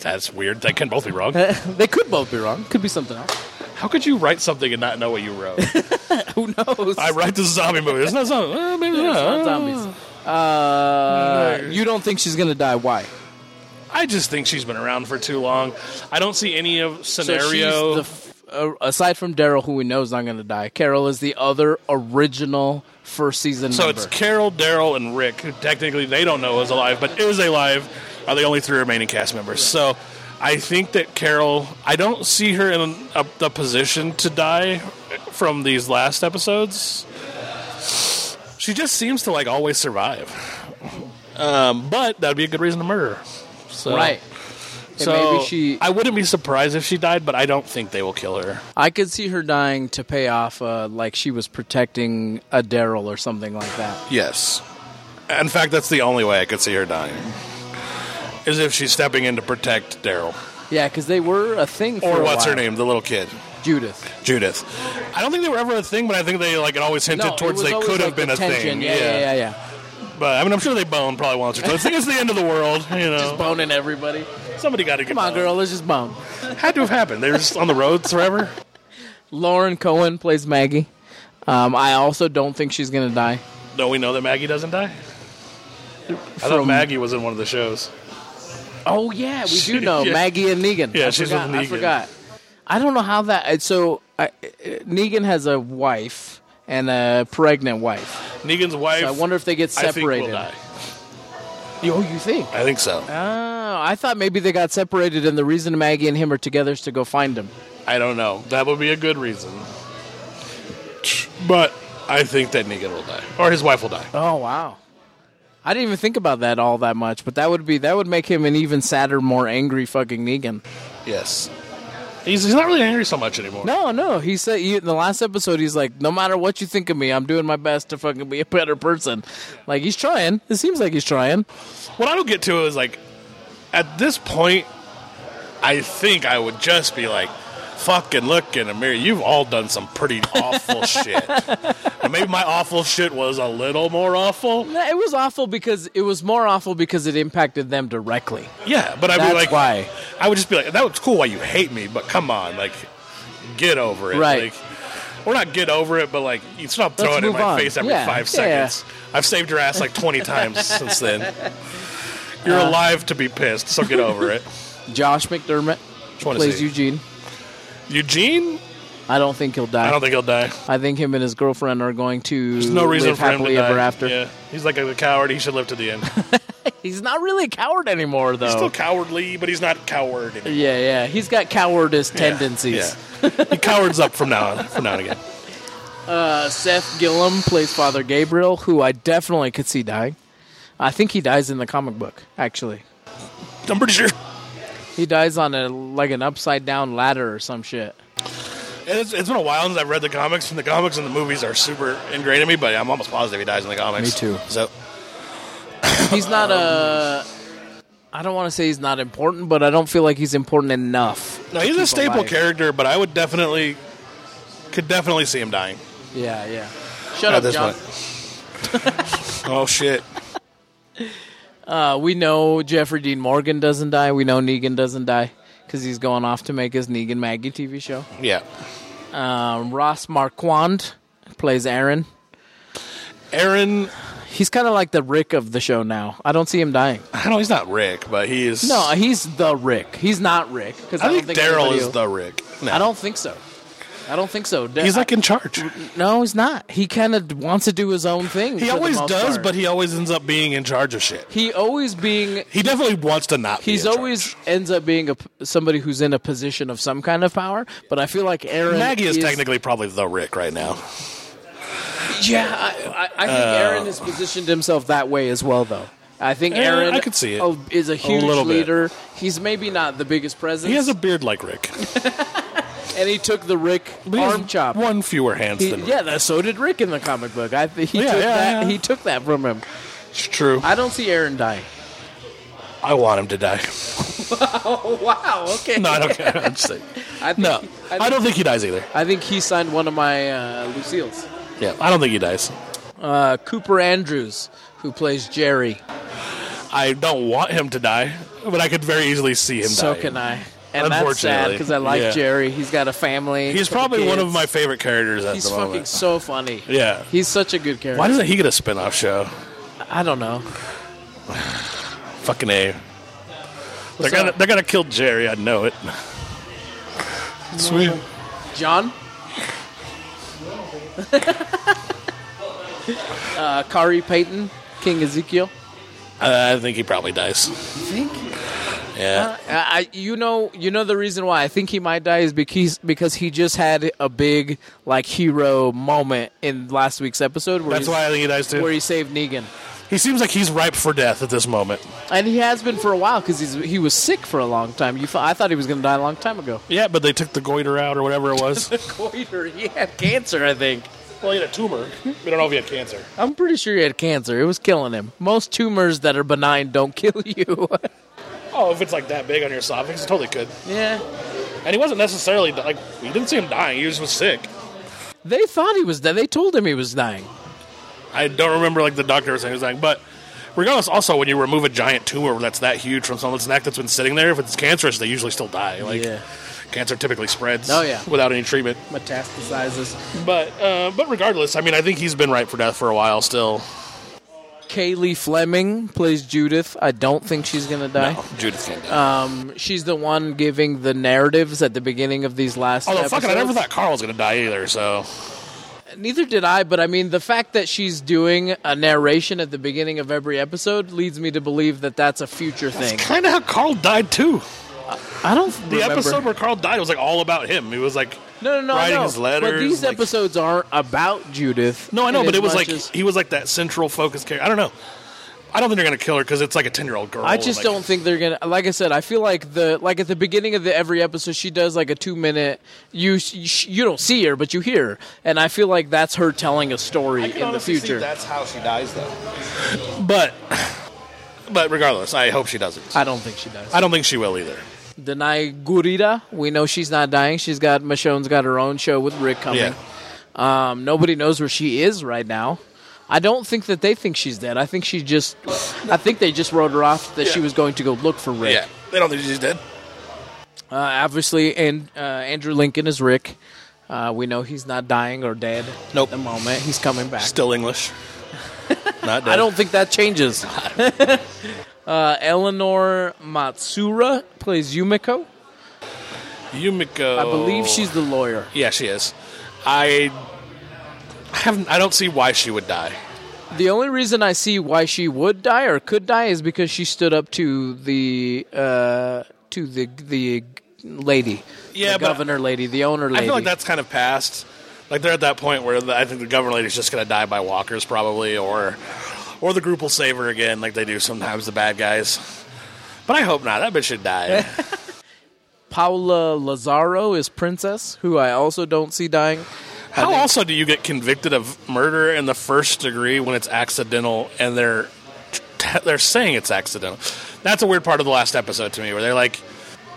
[SPEAKER 2] That's weird. They can both be wrong.
[SPEAKER 3] they could both be wrong. Could be something else.
[SPEAKER 2] How could you write something and not know what you wrote?
[SPEAKER 3] Who knows?
[SPEAKER 2] I write this zombie movie. It's not zombie. Uh, maybe
[SPEAKER 3] It's
[SPEAKER 2] not.
[SPEAKER 3] not zombies. Uh, you don't think she's gonna die? Why?
[SPEAKER 2] I just think she's been around for too long. I don't see any of
[SPEAKER 3] So she's
[SPEAKER 2] scenario.
[SPEAKER 3] the f- uh, aside from Daryl, who we know is not gonna die. Carol is the other original first season.
[SPEAKER 2] So
[SPEAKER 3] member.
[SPEAKER 2] it's Carol, Daryl, and Rick, who technically they don't know is alive, but is alive, are the only three remaining cast members. So I think that Carol, I don't see her in a, the position to die from these last episodes. She just seems to like always survive. Um, but that'd be a good reason to murder her. So,
[SPEAKER 3] right. And
[SPEAKER 2] So
[SPEAKER 3] maybe she.
[SPEAKER 2] I wouldn't be surprised if she died, but I don't think they will kill her.
[SPEAKER 3] I could see her dying to pay off, uh, like she was protecting a Daryl or something like that.
[SPEAKER 2] Yes. In fact, that's the only way I could see her dying. Is if she's stepping in to protect Daryl.
[SPEAKER 3] Yeah, because they were a thing. For
[SPEAKER 2] Or
[SPEAKER 3] a
[SPEAKER 2] what's her
[SPEAKER 3] while.
[SPEAKER 2] name? The little kid.
[SPEAKER 3] Judith.
[SPEAKER 2] Judith. I don't think they were ever a thing, but I think they like it always hinted
[SPEAKER 3] No, it
[SPEAKER 2] towards
[SPEAKER 3] was
[SPEAKER 2] they
[SPEAKER 3] always,
[SPEAKER 2] could have
[SPEAKER 3] like,
[SPEAKER 2] been
[SPEAKER 3] the
[SPEAKER 2] a
[SPEAKER 3] tension.
[SPEAKER 2] thing.
[SPEAKER 3] Yeah, yeah, yeah, yeah.
[SPEAKER 2] But I mean I'm sure they boned probably once or twice. I think it's the end of the world, you know.
[SPEAKER 3] boning everybody.
[SPEAKER 2] Somebody gotta get
[SPEAKER 3] Come on,
[SPEAKER 2] boned.
[SPEAKER 3] girl, let's just bone.
[SPEAKER 2] Had to have happened. They're just on the roads forever.
[SPEAKER 3] Lauren Cohen plays Maggie. Um, I also don't think she's gonna die.
[SPEAKER 2] Don't we know that Maggie doesn't die? I thought
[SPEAKER 3] From-
[SPEAKER 2] Maggie was in one of the shows.
[SPEAKER 3] Oh yeah, we do
[SPEAKER 2] She-
[SPEAKER 3] know
[SPEAKER 2] yeah.
[SPEAKER 3] Maggie and Negan.
[SPEAKER 2] Yeah,
[SPEAKER 3] I
[SPEAKER 2] she's
[SPEAKER 3] forgot,
[SPEAKER 2] with
[SPEAKER 3] I
[SPEAKER 2] Negan.
[SPEAKER 3] forgot. I don't know how that. So I, Negan has a wife and a pregnant wife.
[SPEAKER 2] Negan's wife
[SPEAKER 3] I wonder if they get
[SPEAKER 2] I think
[SPEAKER 3] separated.
[SPEAKER 2] will die.
[SPEAKER 3] You- Oh, you think?
[SPEAKER 2] I think so.
[SPEAKER 3] Oh, I thought maybe they got separated, and the reason Maggie and him are together is to go find him.
[SPEAKER 2] I don't know. That would be a good reason. But I think that Negan will die, or his wife will die.
[SPEAKER 3] Oh wow. I didn't even think about that all that much, but that would be that would make him an even sadder, more angry fucking Negan.
[SPEAKER 2] Yes, he's, he's not really angry so much anymore.
[SPEAKER 3] No, no. He said you, in the last episode, he's like, no matter what you think of me, I'm doing my best to fucking be a better person. Like he's trying. It seems like he's trying.
[SPEAKER 2] What I don't get to is like, at this point, I think I would just be like, "Fucking look in the mirror. You've all done some pretty awful shit." And maybe my awful shit was a little more awful.
[SPEAKER 3] No, It was awful because it was more awful because it impacted them directly.
[SPEAKER 2] Yeah, but I'd
[SPEAKER 3] That's
[SPEAKER 2] be like,
[SPEAKER 3] why.
[SPEAKER 2] I would just be like, that was cool why you hate me, but come on, like, get over it.
[SPEAKER 3] Right.
[SPEAKER 2] Like, or not get over it, but like, you stop throwing it in
[SPEAKER 3] move
[SPEAKER 2] my
[SPEAKER 3] on.
[SPEAKER 2] face every
[SPEAKER 3] Yeah,
[SPEAKER 2] five
[SPEAKER 3] yeah, yeah.
[SPEAKER 2] seconds. I've saved your ass like 20 times since then. You're
[SPEAKER 3] Uh.
[SPEAKER 2] alive to be pissed, so get over it.
[SPEAKER 3] Josh McDermott
[SPEAKER 2] Just wanna
[SPEAKER 3] plays
[SPEAKER 2] see.
[SPEAKER 3] Eugene.
[SPEAKER 2] Eugene?
[SPEAKER 3] I don't think he'll die.
[SPEAKER 2] I
[SPEAKER 3] I,
[SPEAKER 2] don't think he'll die.
[SPEAKER 3] think him and his girlfriend are going to
[SPEAKER 2] There's no reason
[SPEAKER 3] live
[SPEAKER 2] for him to
[SPEAKER 3] happily
[SPEAKER 2] die.
[SPEAKER 3] ever after.
[SPEAKER 2] Yeah. He's like a coward. He should live to the end. He's
[SPEAKER 3] He's not really a coward anymore, though.
[SPEAKER 2] still cowardly, but he's not coward anymore.
[SPEAKER 3] yeah, yeah. He's got cowardice
[SPEAKER 2] Yeah,
[SPEAKER 3] tendencies.
[SPEAKER 2] yeah. he cowards up from now on, from now on again.
[SPEAKER 3] Uh, Seth Gillum plays Father Gabriel, who I definitely could see dying. I think he dies in the comic book, actually.
[SPEAKER 2] I'm pretty sure
[SPEAKER 3] He dies on a like an upside down ladder or some shit.
[SPEAKER 2] And It's, it's been a while since I've read the comics, and the comics and the movies are super ingrained in me. But I'm almost positive he dies in the comics.
[SPEAKER 3] Me too.
[SPEAKER 2] So
[SPEAKER 3] He's not a. I don't want to say he's not important, but I don't feel like he's important enough.
[SPEAKER 2] no, he's a staple
[SPEAKER 3] alive.
[SPEAKER 2] character, but I would definitely could definitely see him dying
[SPEAKER 3] Yeah, yeah. Shut
[SPEAKER 2] at
[SPEAKER 3] up,
[SPEAKER 2] this
[SPEAKER 3] John.
[SPEAKER 2] point. oh shit!
[SPEAKER 3] Uh, we know Jeffrey Dean Morgan doesn't die. We know Negan doesn't die because he's going off to make his Negan Maggie TV show.
[SPEAKER 2] Yeah,
[SPEAKER 3] Um, Ross Marquand plays Aaron.
[SPEAKER 2] Aaron.
[SPEAKER 3] He's kind of like the Rick of the show now. I don't see him dying.
[SPEAKER 2] I know he's not Rick, but he is.
[SPEAKER 3] No, he's the Rick. He's not Rick. Because I,
[SPEAKER 2] I
[SPEAKER 3] don't
[SPEAKER 2] think Daryl
[SPEAKER 3] anybody
[SPEAKER 2] is
[SPEAKER 3] will-
[SPEAKER 2] the Rick. No.
[SPEAKER 3] I don't think so. I don't think so.
[SPEAKER 2] He's like in charge.
[SPEAKER 3] no, he's not. He kind of wants to do his own thing.
[SPEAKER 2] He always does, but he always ends up being in charge of shit.
[SPEAKER 3] he always being
[SPEAKER 2] He definitely wants to not. be
[SPEAKER 3] he's
[SPEAKER 2] in charge.
[SPEAKER 3] always ends up being a p- somebody who's in a position of some kind of power. But I feel like Aaron
[SPEAKER 2] Maggie is technically probably the Rick right now.
[SPEAKER 3] Yeah, I, I, I think
[SPEAKER 2] Uh,
[SPEAKER 3] Aaron has positioned himself that way as well, though. I think
[SPEAKER 2] Eh,
[SPEAKER 3] Aaron
[SPEAKER 2] I could see it.
[SPEAKER 3] o- is a huge
[SPEAKER 2] little bit.
[SPEAKER 3] leader. He's maybe not the biggest presence.
[SPEAKER 2] He has a beard like Rick.
[SPEAKER 3] and he took the Rick
[SPEAKER 2] He has
[SPEAKER 3] arm chop.
[SPEAKER 2] One fewer hands
[SPEAKER 3] He-
[SPEAKER 2] than Rick.
[SPEAKER 3] yeah, that, so did Rick in the comic book. I th- he
[SPEAKER 2] Yeah,
[SPEAKER 3] took
[SPEAKER 2] yeah,
[SPEAKER 3] that.
[SPEAKER 2] yeah.
[SPEAKER 3] He took that from him.
[SPEAKER 2] It's true. I,
[SPEAKER 3] I don't see Aaron dying.
[SPEAKER 2] want him to die.
[SPEAKER 3] Oh wow! Okay.
[SPEAKER 2] No, I don't care. I'm just saying.
[SPEAKER 3] I think,
[SPEAKER 2] No,
[SPEAKER 3] I
[SPEAKER 2] I,
[SPEAKER 3] think,
[SPEAKER 2] don't think he dies either.
[SPEAKER 3] I think he signed one of my uh, Lucille's.
[SPEAKER 2] Yeah, I don't think he dies.
[SPEAKER 3] Uh, Cooper Andrews, who plays Jerry.
[SPEAKER 2] I don't want him to die, but I could very easily see him
[SPEAKER 3] So
[SPEAKER 2] die.
[SPEAKER 3] can I. And that's sad
[SPEAKER 2] Unfortunately.
[SPEAKER 3] because I like
[SPEAKER 2] Yeah.
[SPEAKER 3] Jerry. He's got a family.
[SPEAKER 2] He's
[SPEAKER 3] couple
[SPEAKER 2] probably one
[SPEAKER 3] kids.
[SPEAKER 2] of my favorite characters at
[SPEAKER 3] He's
[SPEAKER 2] the
[SPEAKER 3] fucking
[SPEAKER 2] moment.
[SPEAKER 3] so funny.
[SPEAKER 2] Yeah.
[SPEAKER 3] He's such a good character.
[SPEAKER 2] Why doesn't he get a spin-off show?
[SPEAKER 3] I don't know.
[SPEAKER 2] Fucking A. They're
[SPEAKER 3] What's
[SPEAKER 2] gonna
[SPEAKER 3] up?
[SPEAKER 2] they're gonna kill Jerry, I know it. Sweet.
[SPEAKER 3] John? uh, Kari Payton, King Ezekiel.
[SPEAKER 2] Uh, I think he probably dies.
[SPEAKER 3] You think?
[SPEAKER 2] Yeah.
[SPEAKER 3] I, you know, you know the reason why I think he might die is because because he just had a big like hero moment in last week's episode where
[SPEAKER 2] That's
[SPEAKER 3] he's-
[SPEAKER 2] why I think he dies
[SPEAKER 3] where
[SPEAKER 2] too.
[SPEAKER 3] he saved Negan,
[SPEAKER 2] He seems like he's ripe for death at this moment.
[SPEAKER 3] and he has been for a while because he was sick for a long time. You, thought- I thought he was going to die a long time ago.
[SPEAKER 2] Yeah, but they took the goiter out or whatever it was.
[SPEAKER 3] Goiter, he had cancer, I think.
[SPEAKER 2] well, he had a tumor. We don't know if he had cancer.
[SPEAKER 3] I'm pretty sure he had cancer. It was killing him. Most tumors that are benign don't kill you.
[SPEAKER 2] Oh, if it's like that big on your esophagus, it totally could.
[SPEAKER 3] yeah.
[SPEAKER 2] And he wasn't necessarily like you didn't see him dying. He just was sick.
[SPEAKER 3] They thought he was dead. They told him he was dying.
[SPEAKER 2] I don't remember like the doctor was saying. He was like, but regardless, also when you remove a giant tumor that's that huge from someone's neck that's been sitting there, if it's cancerous, they usually still die. Like
[SPEAKER 3] Yeah.
[SPEAKER 2] cancer typically spreads.
[SPEAKER 3] Oh, yeah.
[SPEAKER 2] without any treatment.
[SPEAKER 3] Metastasizes.
[SPEAKER 2] But uh, but regardless, I mean, I think he's been right for death for a while still.
[SPEAKER 3] Kaylee Fleming plays Judith. I don't think she's going to die.
[SPEAKER 2] Judith can't die.
[SPEAKER 3] Um, she's the one giving the narratives at the beginning of these last
[SPEAKER 2] Although,
[SPEAKER 3] episodes.
[SPEAKER 2] fucking, I never thought Carl was gonna die either. So
[SPEAKER 3] Neither did I, but I mean, the fact that she's doing a narration at the beginning of every episode leads me to believe that that's a future thing.
[SPEAKER 2] kind of how Carl died too.
[SPEAKER 3] I don't
[SPEAKER 2] The
[SPEAKER 3] remember.
[SPEAKER 2] episode where Carl died was like all about him. It was like
[SPEAKER 3] No, no, no.
[SPEAKER 2] writing
[SPEAKER 3] no.
[SPEAKER 2] his letters.
[SPEAKER 3] But these
[SPEAKER 2] like-
[SPEAKER 3] episodes aren't about Judith.
[SPEAKER 2] No, I know,
[SPEAKER 3] in
[SPEAKER 2] but
[SPEAKER 3] as
[SPEAKER 2] it was
[SPEAKER 3] much
[SPEAKER 2] like
[SPEAKER 3] as-
[SPEAKER 2] he was like that central focus character. I don't know. I don't think they're gonna kill her because it's like a ten year old girl.
[SPEAKER 3] I
[SPEAKER 2] Oh,
[SPEAKER 3] just
[SPEAKER 2] like-
[SPEAKER 3] don't think they're gonna. Like I said, I feel like the like at the beginning of the every episode, she does like a two minute. You you don't see her, but you hear, her. and I feel like that's her telling a story in the future.
[SPEAKER 5] that's how she dies, though.
[SPEAKER 2] But but regardless, I hope she doesn't.
[SPEAKER 3] I don't think she does.
[SPEAKER 2] I don't think she will either.
[SPEAKER 3] Denai Gurira, we know she's not dying. She's got Michonne's got her own show with Rick coming.
[SPEAKER 2] Yeah.
[SPEAKER 3] Um, nobody knows where she is right now. I don't think that they think she's dead. I think she just, I think they just wrote her off that she was going to go look for Rick.
[SPEAKER 2] Yeah. They don't think she's dead.
[SPEAKER 3] Uh, obviously, and uh, Andrew Lincoln is Rick. Uh, we know he's not dying or dead
[SPEAKER 2] Nope.
[SPEAKER 3] at the moment. He's coming back.
[SPEAKER 2] Still English. Not dead.
[SPEAKER 3] I don't think that changes. uh, Eleanor Matsura plays Yumiko.
[SPEAKER 2] Yumiko
[SPEAKER 3] I
[SPEAKER 2] Oh.
[SPEAKER 3] believe she's the lawyer.
[SPEAKER 2] Yeah, she is. I I haven't I don't see why she would die.
[SPEAKER 3] The only reason I see why she would die or could die is because she stood up to the uh, to the the lady,
[SPEAKER 2] Yeah,
[SPEAKER 3] the
[SPEAKER 2] but-
[SPEAKER 3] governor lady, the owner lady.
[SPEAKER 2] I feel like that's kind of past. Like they're at that point where the, I think the government lady's just going to die by walkers, probably, or or the group will save her again, like they do sometimes the bad guys. But I hope not. That bitch should die.
[SPEAKER 3] Paula Lazaro is princess, who I also don't see dying.
[SPEAKER 2] How also do you get convicted of murder in the first degree when it's accidental and they're they're saying it's accidental? That's a weird part of the last episode to me, where they're like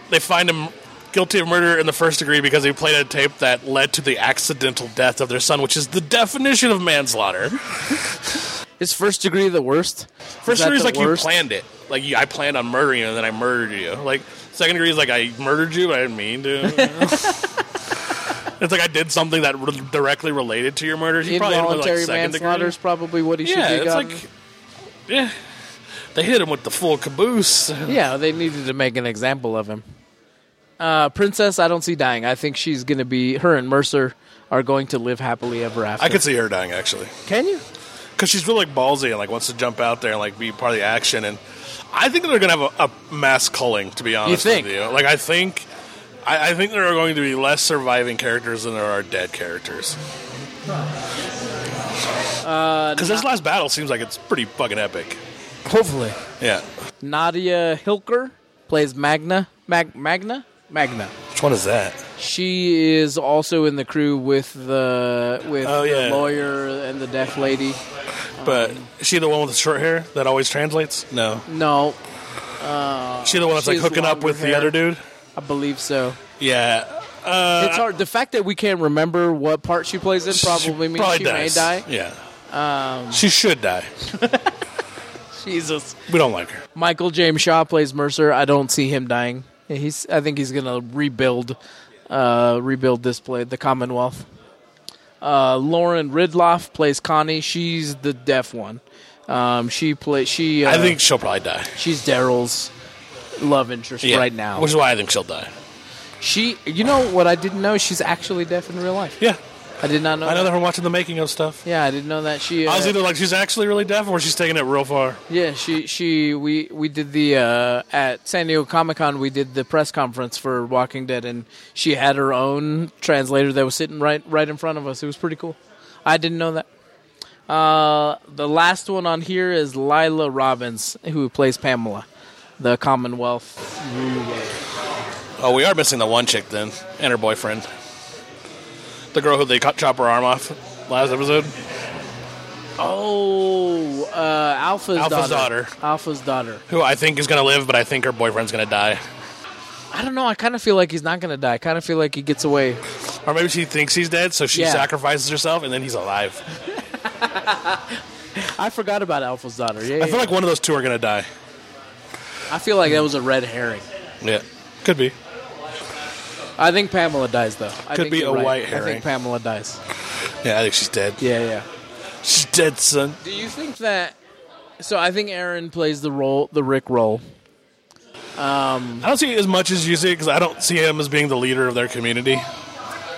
[SPEAKER 2] they find him guilty of murder in the first degree because he played a tape that led to the accidental death of their son, which is the definition of manslaughter.
[SPEAKER 3] Is first degree the worst?
[SPEAKER 2] First
[SPEAKER 3] that
[SPEAKER 2] degree is
[SPEAKER 3] the
[SPEAKER 2] like
[SPEAKER 3] worst?
[SPEAKER 2] you planned it. Like you, I planned on murdering you, and then I murdered you. Like second degree is like I murdered you, but I didn't mean to. it's like I did something that re- directly related to your murder. You probably ended up with, like
[SPEAKER 3] Involuntary
[SPEAKER 2] second degree.
[SPEAKER 3] manslaughter is probably what he should
[SPEAKER 2] Yeah,
[SPEAKER 3] be
[SPEAKER 2] it's
[SPEAKER 3] gotten.
[SPEAKER 2] like yeah, they hit him with the full caboose.
[SPEAKER 3] yeah, they needed to make an example of him. Uh, Princess, I don't see dying. I think she's going to be, her and Mercer are going to live happily ever after.
[SPEAKER 2] I could see her dying actually,
[SPEAKER 3] Can you?
[SPEAKER 2] because she's really like ballsy and like wants to jump out there and like be part of the action. And I think they're gonna have a, a mass culling. To be honest
[SPEAKER 3] think?
[SPEAKER 2] with you, like I think, I, I think there are going to be less surviving characters than there are dead characters.
[SPEAKER 3] Uh,
[SPEAKER 2] Because this last battle seems like it's pretty fucking epic.
[SPEAKER 3] Hopefully.
[SPEAKER 2] Yeah.
[SPEAKER 3] Nadia Hilker plays Magna. Mag- Magna? Magna.
[SPEAKER 2] Which one is that?
[SPEAKER 3] She is also in the crew with the with
[SPEAKER 2] Oh, yeah.
[SPEAKER 3] the lawyer and the deaf lady.
[SPEAKER 2] But is she the one with the short hair that always translates? No.
[SPEAKER 3] No,
[SPEAKER 2] She the one that's
[SPEAKER 3] She
[SPEAKER 2] like
[SPEAKER 3] has
[SPEAKER 2] hooking up
[SPEAKER 3] longer
[SPEAKER 2] with the
[SPEAKER 3] hair.
[SPEAKER 2] other dude?
[SPEAKER 3] I believe so.
[SPEAKER 2] Yeah. Uh,
[SPEAKER 3] It's hard. The fact that we can't remember what part she plays in probably means she
[SPEAKER 2] dies.
[SPEAKER 3] may die. Um,
[SPEAKER 2] Yeah. she should die.
[SPEAKER 3] Jesus.
[SPEAKER 2] We don't like her.
[SPEAKER 3] Michael James Shaw plays Mercer. I don't see him dying. He's. I think he's gonna rebuild, uh, rebuild this play, the Commonwealth. Uh, Lauren Ridloff plays Connie. She's the deaf one. Um, she play. She. Uh,
[SPEAKER 2] I think she'll probably die.
[SPEAKER 3] she's Daryl's love interest
[SPEAKER 2] Yeah.
[SPEAKER 3] right now.
[SPEAKER 2] Which is why I think she'll die.
[SPEAKER 3] She. You know what I didn't know? She's actually deaf in real life.
[SPEAKER 2] Yeah.
[SPEAKER 3] I did not know.
[SPEAKER 2] I know
[SPEAKER 3] that.
[SPEAKER 2] that from watching the making of stuff.
[SPEAKER 3] Yeah, I didn't know that. She. Uh,
[SPEAKER 2] I was either like, she's actually really deaf or she's taking it real far.
[SPEAKER 3] Yeah, she she we we did the uh, at San Diego Comic Con we did the press conference for Walking Dead and she had her own translator that was sitting right right in front of us. It was pretty cool. I didn't know that. Uh, the last one on here is Lila Robbins who plays Pamela, the Commonwealth.
[SPEAKER 2] Oh, we are missing the one chick then, and her boyfriend. The girl who they cut, chop her arm off last episode.
[SPEAKER 3] Oh, uh, Alpha's,
[SPEAKER 2] Alpha's
[SPEAKER 3] daughter.
[SPEAKER 2] daughter.
[SPEAKER 3] Alpha's daughter.
[SPEAKER 2] Who I think is going to live, but I think her boyfriend's going to die.
[SPEAKER 3] I don't know. I kind of feel like he's not gonna die. I kind of feel like he gets away.
[SPEAKER 2] Or maybe she thinks he's dead, so she
[SPEAKER 3] Yeah.
[SPEAKER 2] sacrifices herself, and then he's alive.
[SPEAKER 3] I forgot about Alpha's daughter. Yeah,
[SPEAKER 2] I feel like one of those two are going to die.
[SPEAKER 3] I feel like that was a red herring.
[SPEAKER 2] Yeah. Could be.
[SPEAKER 3] I think Pamela dies though. I
[SPEAKER 2] Could
[SPEAKER 3] think
[SPEAKER 2] be
[SPEAKER 3] you're
[SPEAKER 2] a
[SPEAKER 3] right.
[SPEAKER 2] white
[SPEAKER 3] I
[SPEAKER 2] herring.
[SPEAKER 3] think Pamela dies.
[SPEAKER 2] Yeah, I think she's dead.
[SPEAKER 3] Yeah, yeah.
[SPEAKER 2] She's dead, son.
[SPEAKER 3] Do you think that? So I think Aaron plays the role, the Rick role.
[SPEAKER 2] I don't see it as much as you see because I don't see him as being the leader of their community.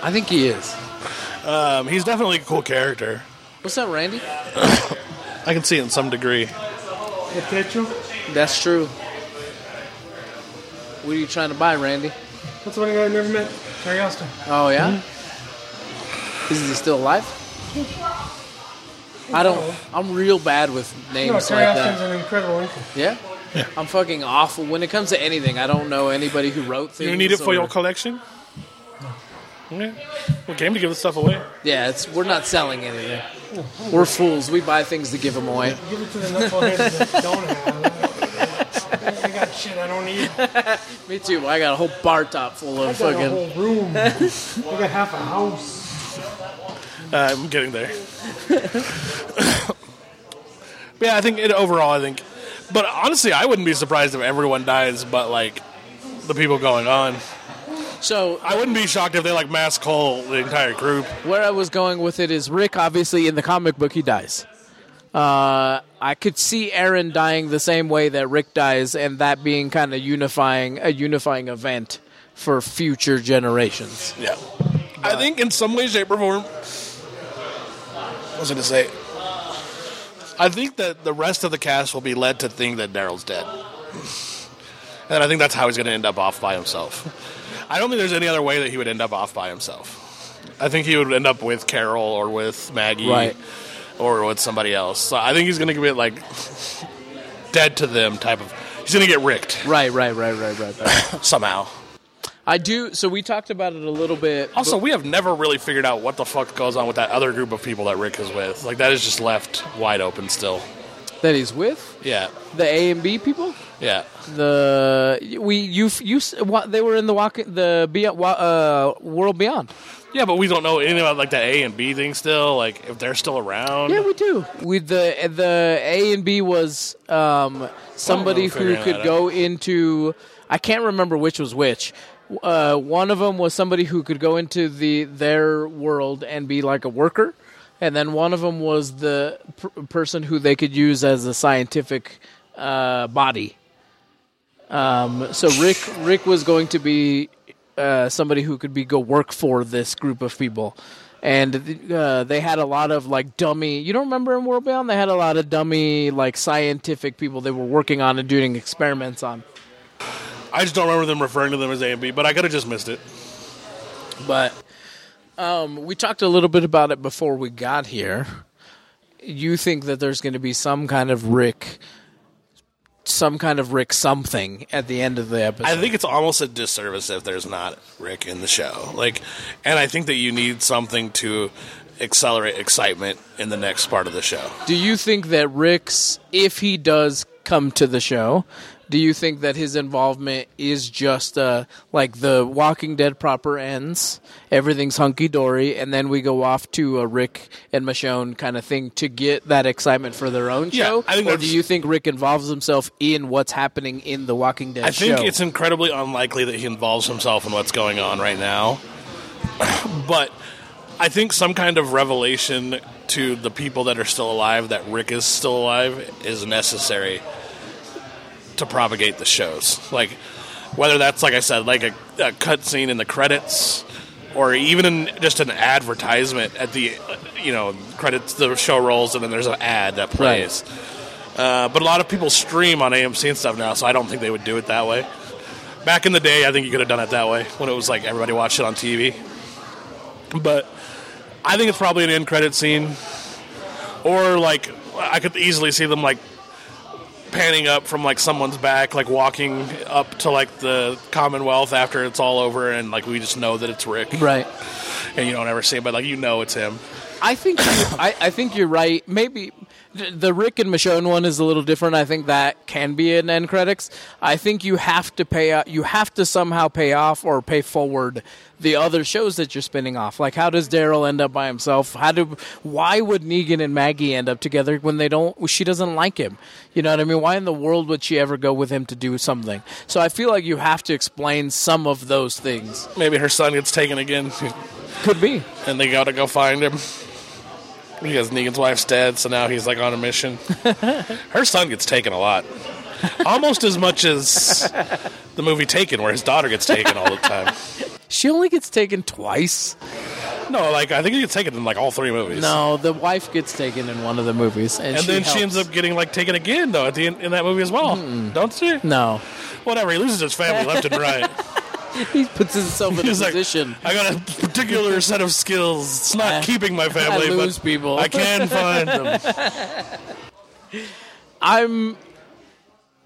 [SPEAKER 3] I think he is.
[SPEAKER 2] Um, he's definitely a cool character.
[SPEAKER 3] What's up, Randy?
[SPEAKER 2] I can see it in some degree.
[SPEAKER 3] That's true. What are you trying to buy, Randy?
[SPEAKER 5] That's the one guy I never met. Terry Austin.
[SPEAKER 3] Oh yeah. Is he still alive? I don't. I'm real bad with names
[SPEAKER 5] No,
[SPEAKER 3] like
[SPEAKER 5] Terry
[SPEAKER 3] that.
[SPEAKER 5] Austin's an incredible infant.
[SPEAKER 3] Yeah? I'm fucking awful when it comes to anything. I don't know anybody who wrote things.
[SPEAKER 2] You need it for
[SPEAKER 3] or-
[SPEAKER 2] your collection? Yeah. We came to give this stuff away.
[SPEAKER 3] Yeah, it's we're not selling anything. We're fools. We buy things to give them away.
[SPEAKER 5] Give it to the knuckleheads that don't have. it. I got shit I don't need.
[SPEAKER 3] Me too. I got a whole bar top full
[SPEAKER 5] I
[SPEAKER 3] of
[SPEAKER 5] got a
[SPEAKER 3] fucking.
[SPEAKER 5] whole room. I got half a house.
[SPEAKER 2] Uh, I'm getting there. but yeah, I think it overall, I think. But honestly, I wouldn't be surprised if everyone dies, but like the people going on.
[SPEAKER 3] So
[SPEAKER 2] I wouldn't be shocked if they like mass cull the entire group.
[SPEAKER 3] where I was going with it is Rick. Obviously, in the comic book, he dies. Uh, I could see Aaron dying the same way that Rick dies, and that being kind of unifying a unifying event for future generations.
[SPEAKER 2] Yeah. I think in some way, shape, or form. What was I going to say? I think that the rest of the cast will be led to think that Daryl's dead. And I think that's how he's going to end up off by himself. I don't think there's any other way that he would end up off by himself. I think he would end up with Carol or with Maggie
[SPEAKER 3] Right.
[SPEAKER 2] or with somebody else. So I think he's going to be like dead to them type of. He's going to get ricked
[SPEAKER 3] Right, right, right, right, right. right.
[SPEAKER 2] somehow.
[SPEAKER 3] I do. So we talked about it a little bit.
[SPEAKER 2] Also, we have never really figured out what the fuck goes on with that other group of people that Rick is with. Like that is just left wide open still.
[SPEAKER 3] that he's with
[SPEAKER 2] Yeah,
[SPEAKER 3] the A and B people.
[SPEAKER 2] yeah.
[SPEAKER 3] The we you you what they were in the walk the be, uh, world beyond.
[SPEAKER 2] Yeah, but we don't know anything about like the A and B thing still. Like if they're still around.
[SPEAKER 3] Yeah, we do. We the the A and B was um, somebody who
[SPEAKER 2] figuring that
[SPEAKER 3] could
[SPEAKER 2] out.
[SPEAKER 3] go into I can't remember which was which. Uh, one of them was somebody who could go into the their world and be like a worker, and then one of them was the pr- person who they could use as a scientific uh, body. Um, so Rick Rick was going to be uh, somebody who could be go work for this group of people. And uh, they had a lot of like dummy. You don't remember in World Beyond? They had a lot of dummy like scientific people they were working on and doing experiments on.
[SPEAKER 2] I just don't remember them referring to them as A and B, but I could have just missed it.
[SPEAKER 3] But um, we talked a little bit about it before we got here. You think that there's going to be some kind of Rick, some kind of Rick something at the end of the episode.
[SPEAKER 2] I think it's almost a disservice if there's not Rick in the show. Like, and I think that you need something to accelerate excitement in the next part of the show.
[SPEAKER 3] Do you think that Rick's, if he does come to the show, do you think that his involvement is just uh, like the Walking Dead proper ends, everything's hunky dory, and then we go off to a Rick and Michonne kind of thing to get that excitement for their own
[SPEAKER 2] Yeah,
[SPEAKER 3] show?
[SPEAKER 2] I think
[SPEAKER 3] or
[SPEAKER 2] that's-
[SPEAKER 3] do you think Rick involves himself in what's happening in the Walking Dead
[SPEAKER 2] I think
[SPEAKER 3] show?
[SPEAKER 2] it's incredibly unlikely that he involves himself in what's going on right now. but I think some kind of revelation to the people that are still alive that Rick is still alive is necessary to propagate the shows. Like whether that's like I said, like a, a cut scene in the credits or even in just an advertisement at the you know credits the show rolls and then there's an ad that plays. Uh, but a lot of people stream on AMC and stuff now, so I don't think they would do it that way. Back in the day, I think you could have done it that way when it was like everybody watched it on TV. But I think it's probably an end credit scene, or like I could easily see them like panning up from like someone's back, like walking up to like the Commonwealth after it's all over, and like we just know that it's Rick,
[SPEAKER 3] right.
[SPEAKER 2] and you don't ever see it, but like you know it's him.
[SPEAKER 3] I think you, I, I think you're right. Maybe th- the Rick and Michonne one is a little different. I think that can be an end credits. I think you have to pay out. You have to somehow pay off or pay forward the other shows that you're spinning off. Like how does Daryl end up by himself? How do why would Negan and Maggie end up together when they don't? She doesn't like him. You know what I mean? Why in the world would she ever go with him to do something? So I feel like you have to explain some of those things.
[SPEAKER 2] Maybe her son gets taken again.
[SPEAKER 3] Could be.
[SPEAKER 2] and they gotta go find him because Negan's wife's dead, so now he's like on a mission. Her son gets taken a lot, almost as much as the movie Taken, where his daughter gets taken all the time.
[SPEAKER 3] She only gets taken twice.
[SPEAKER 2] No, like I think he gets taken in like all three movies.
[SPEAKER 3] No, the wife gets taken in one of the movies, and,
[SPEAKER 2] and
[SPEAKER 3] she
[SPEAKER 2] then she
[SPEAKER 3] helps. Hmm.
[SPEAKER 2] ends up getting like taken again though at the end in that movie as well, don't she?
[SPEAKER 3] No,
[SPEAKER 2] Whatever, he loses his family left and right.
[SPEAKER 3] he puts himself in a
[SPEAKER 2] He's like,
[SPEAKER 3] position.
[SPEAKER 2] I got a particular set of skills. It's not
[SPEAKER 3] I-
[SPEAKER 2] keeping my family,
[SPEAKER 3] I lose
[SPEAKER 2] but
[SPEAKER 3] people.
[SPEAKER 2] I can find them.
[SPEAKER 3] I'm,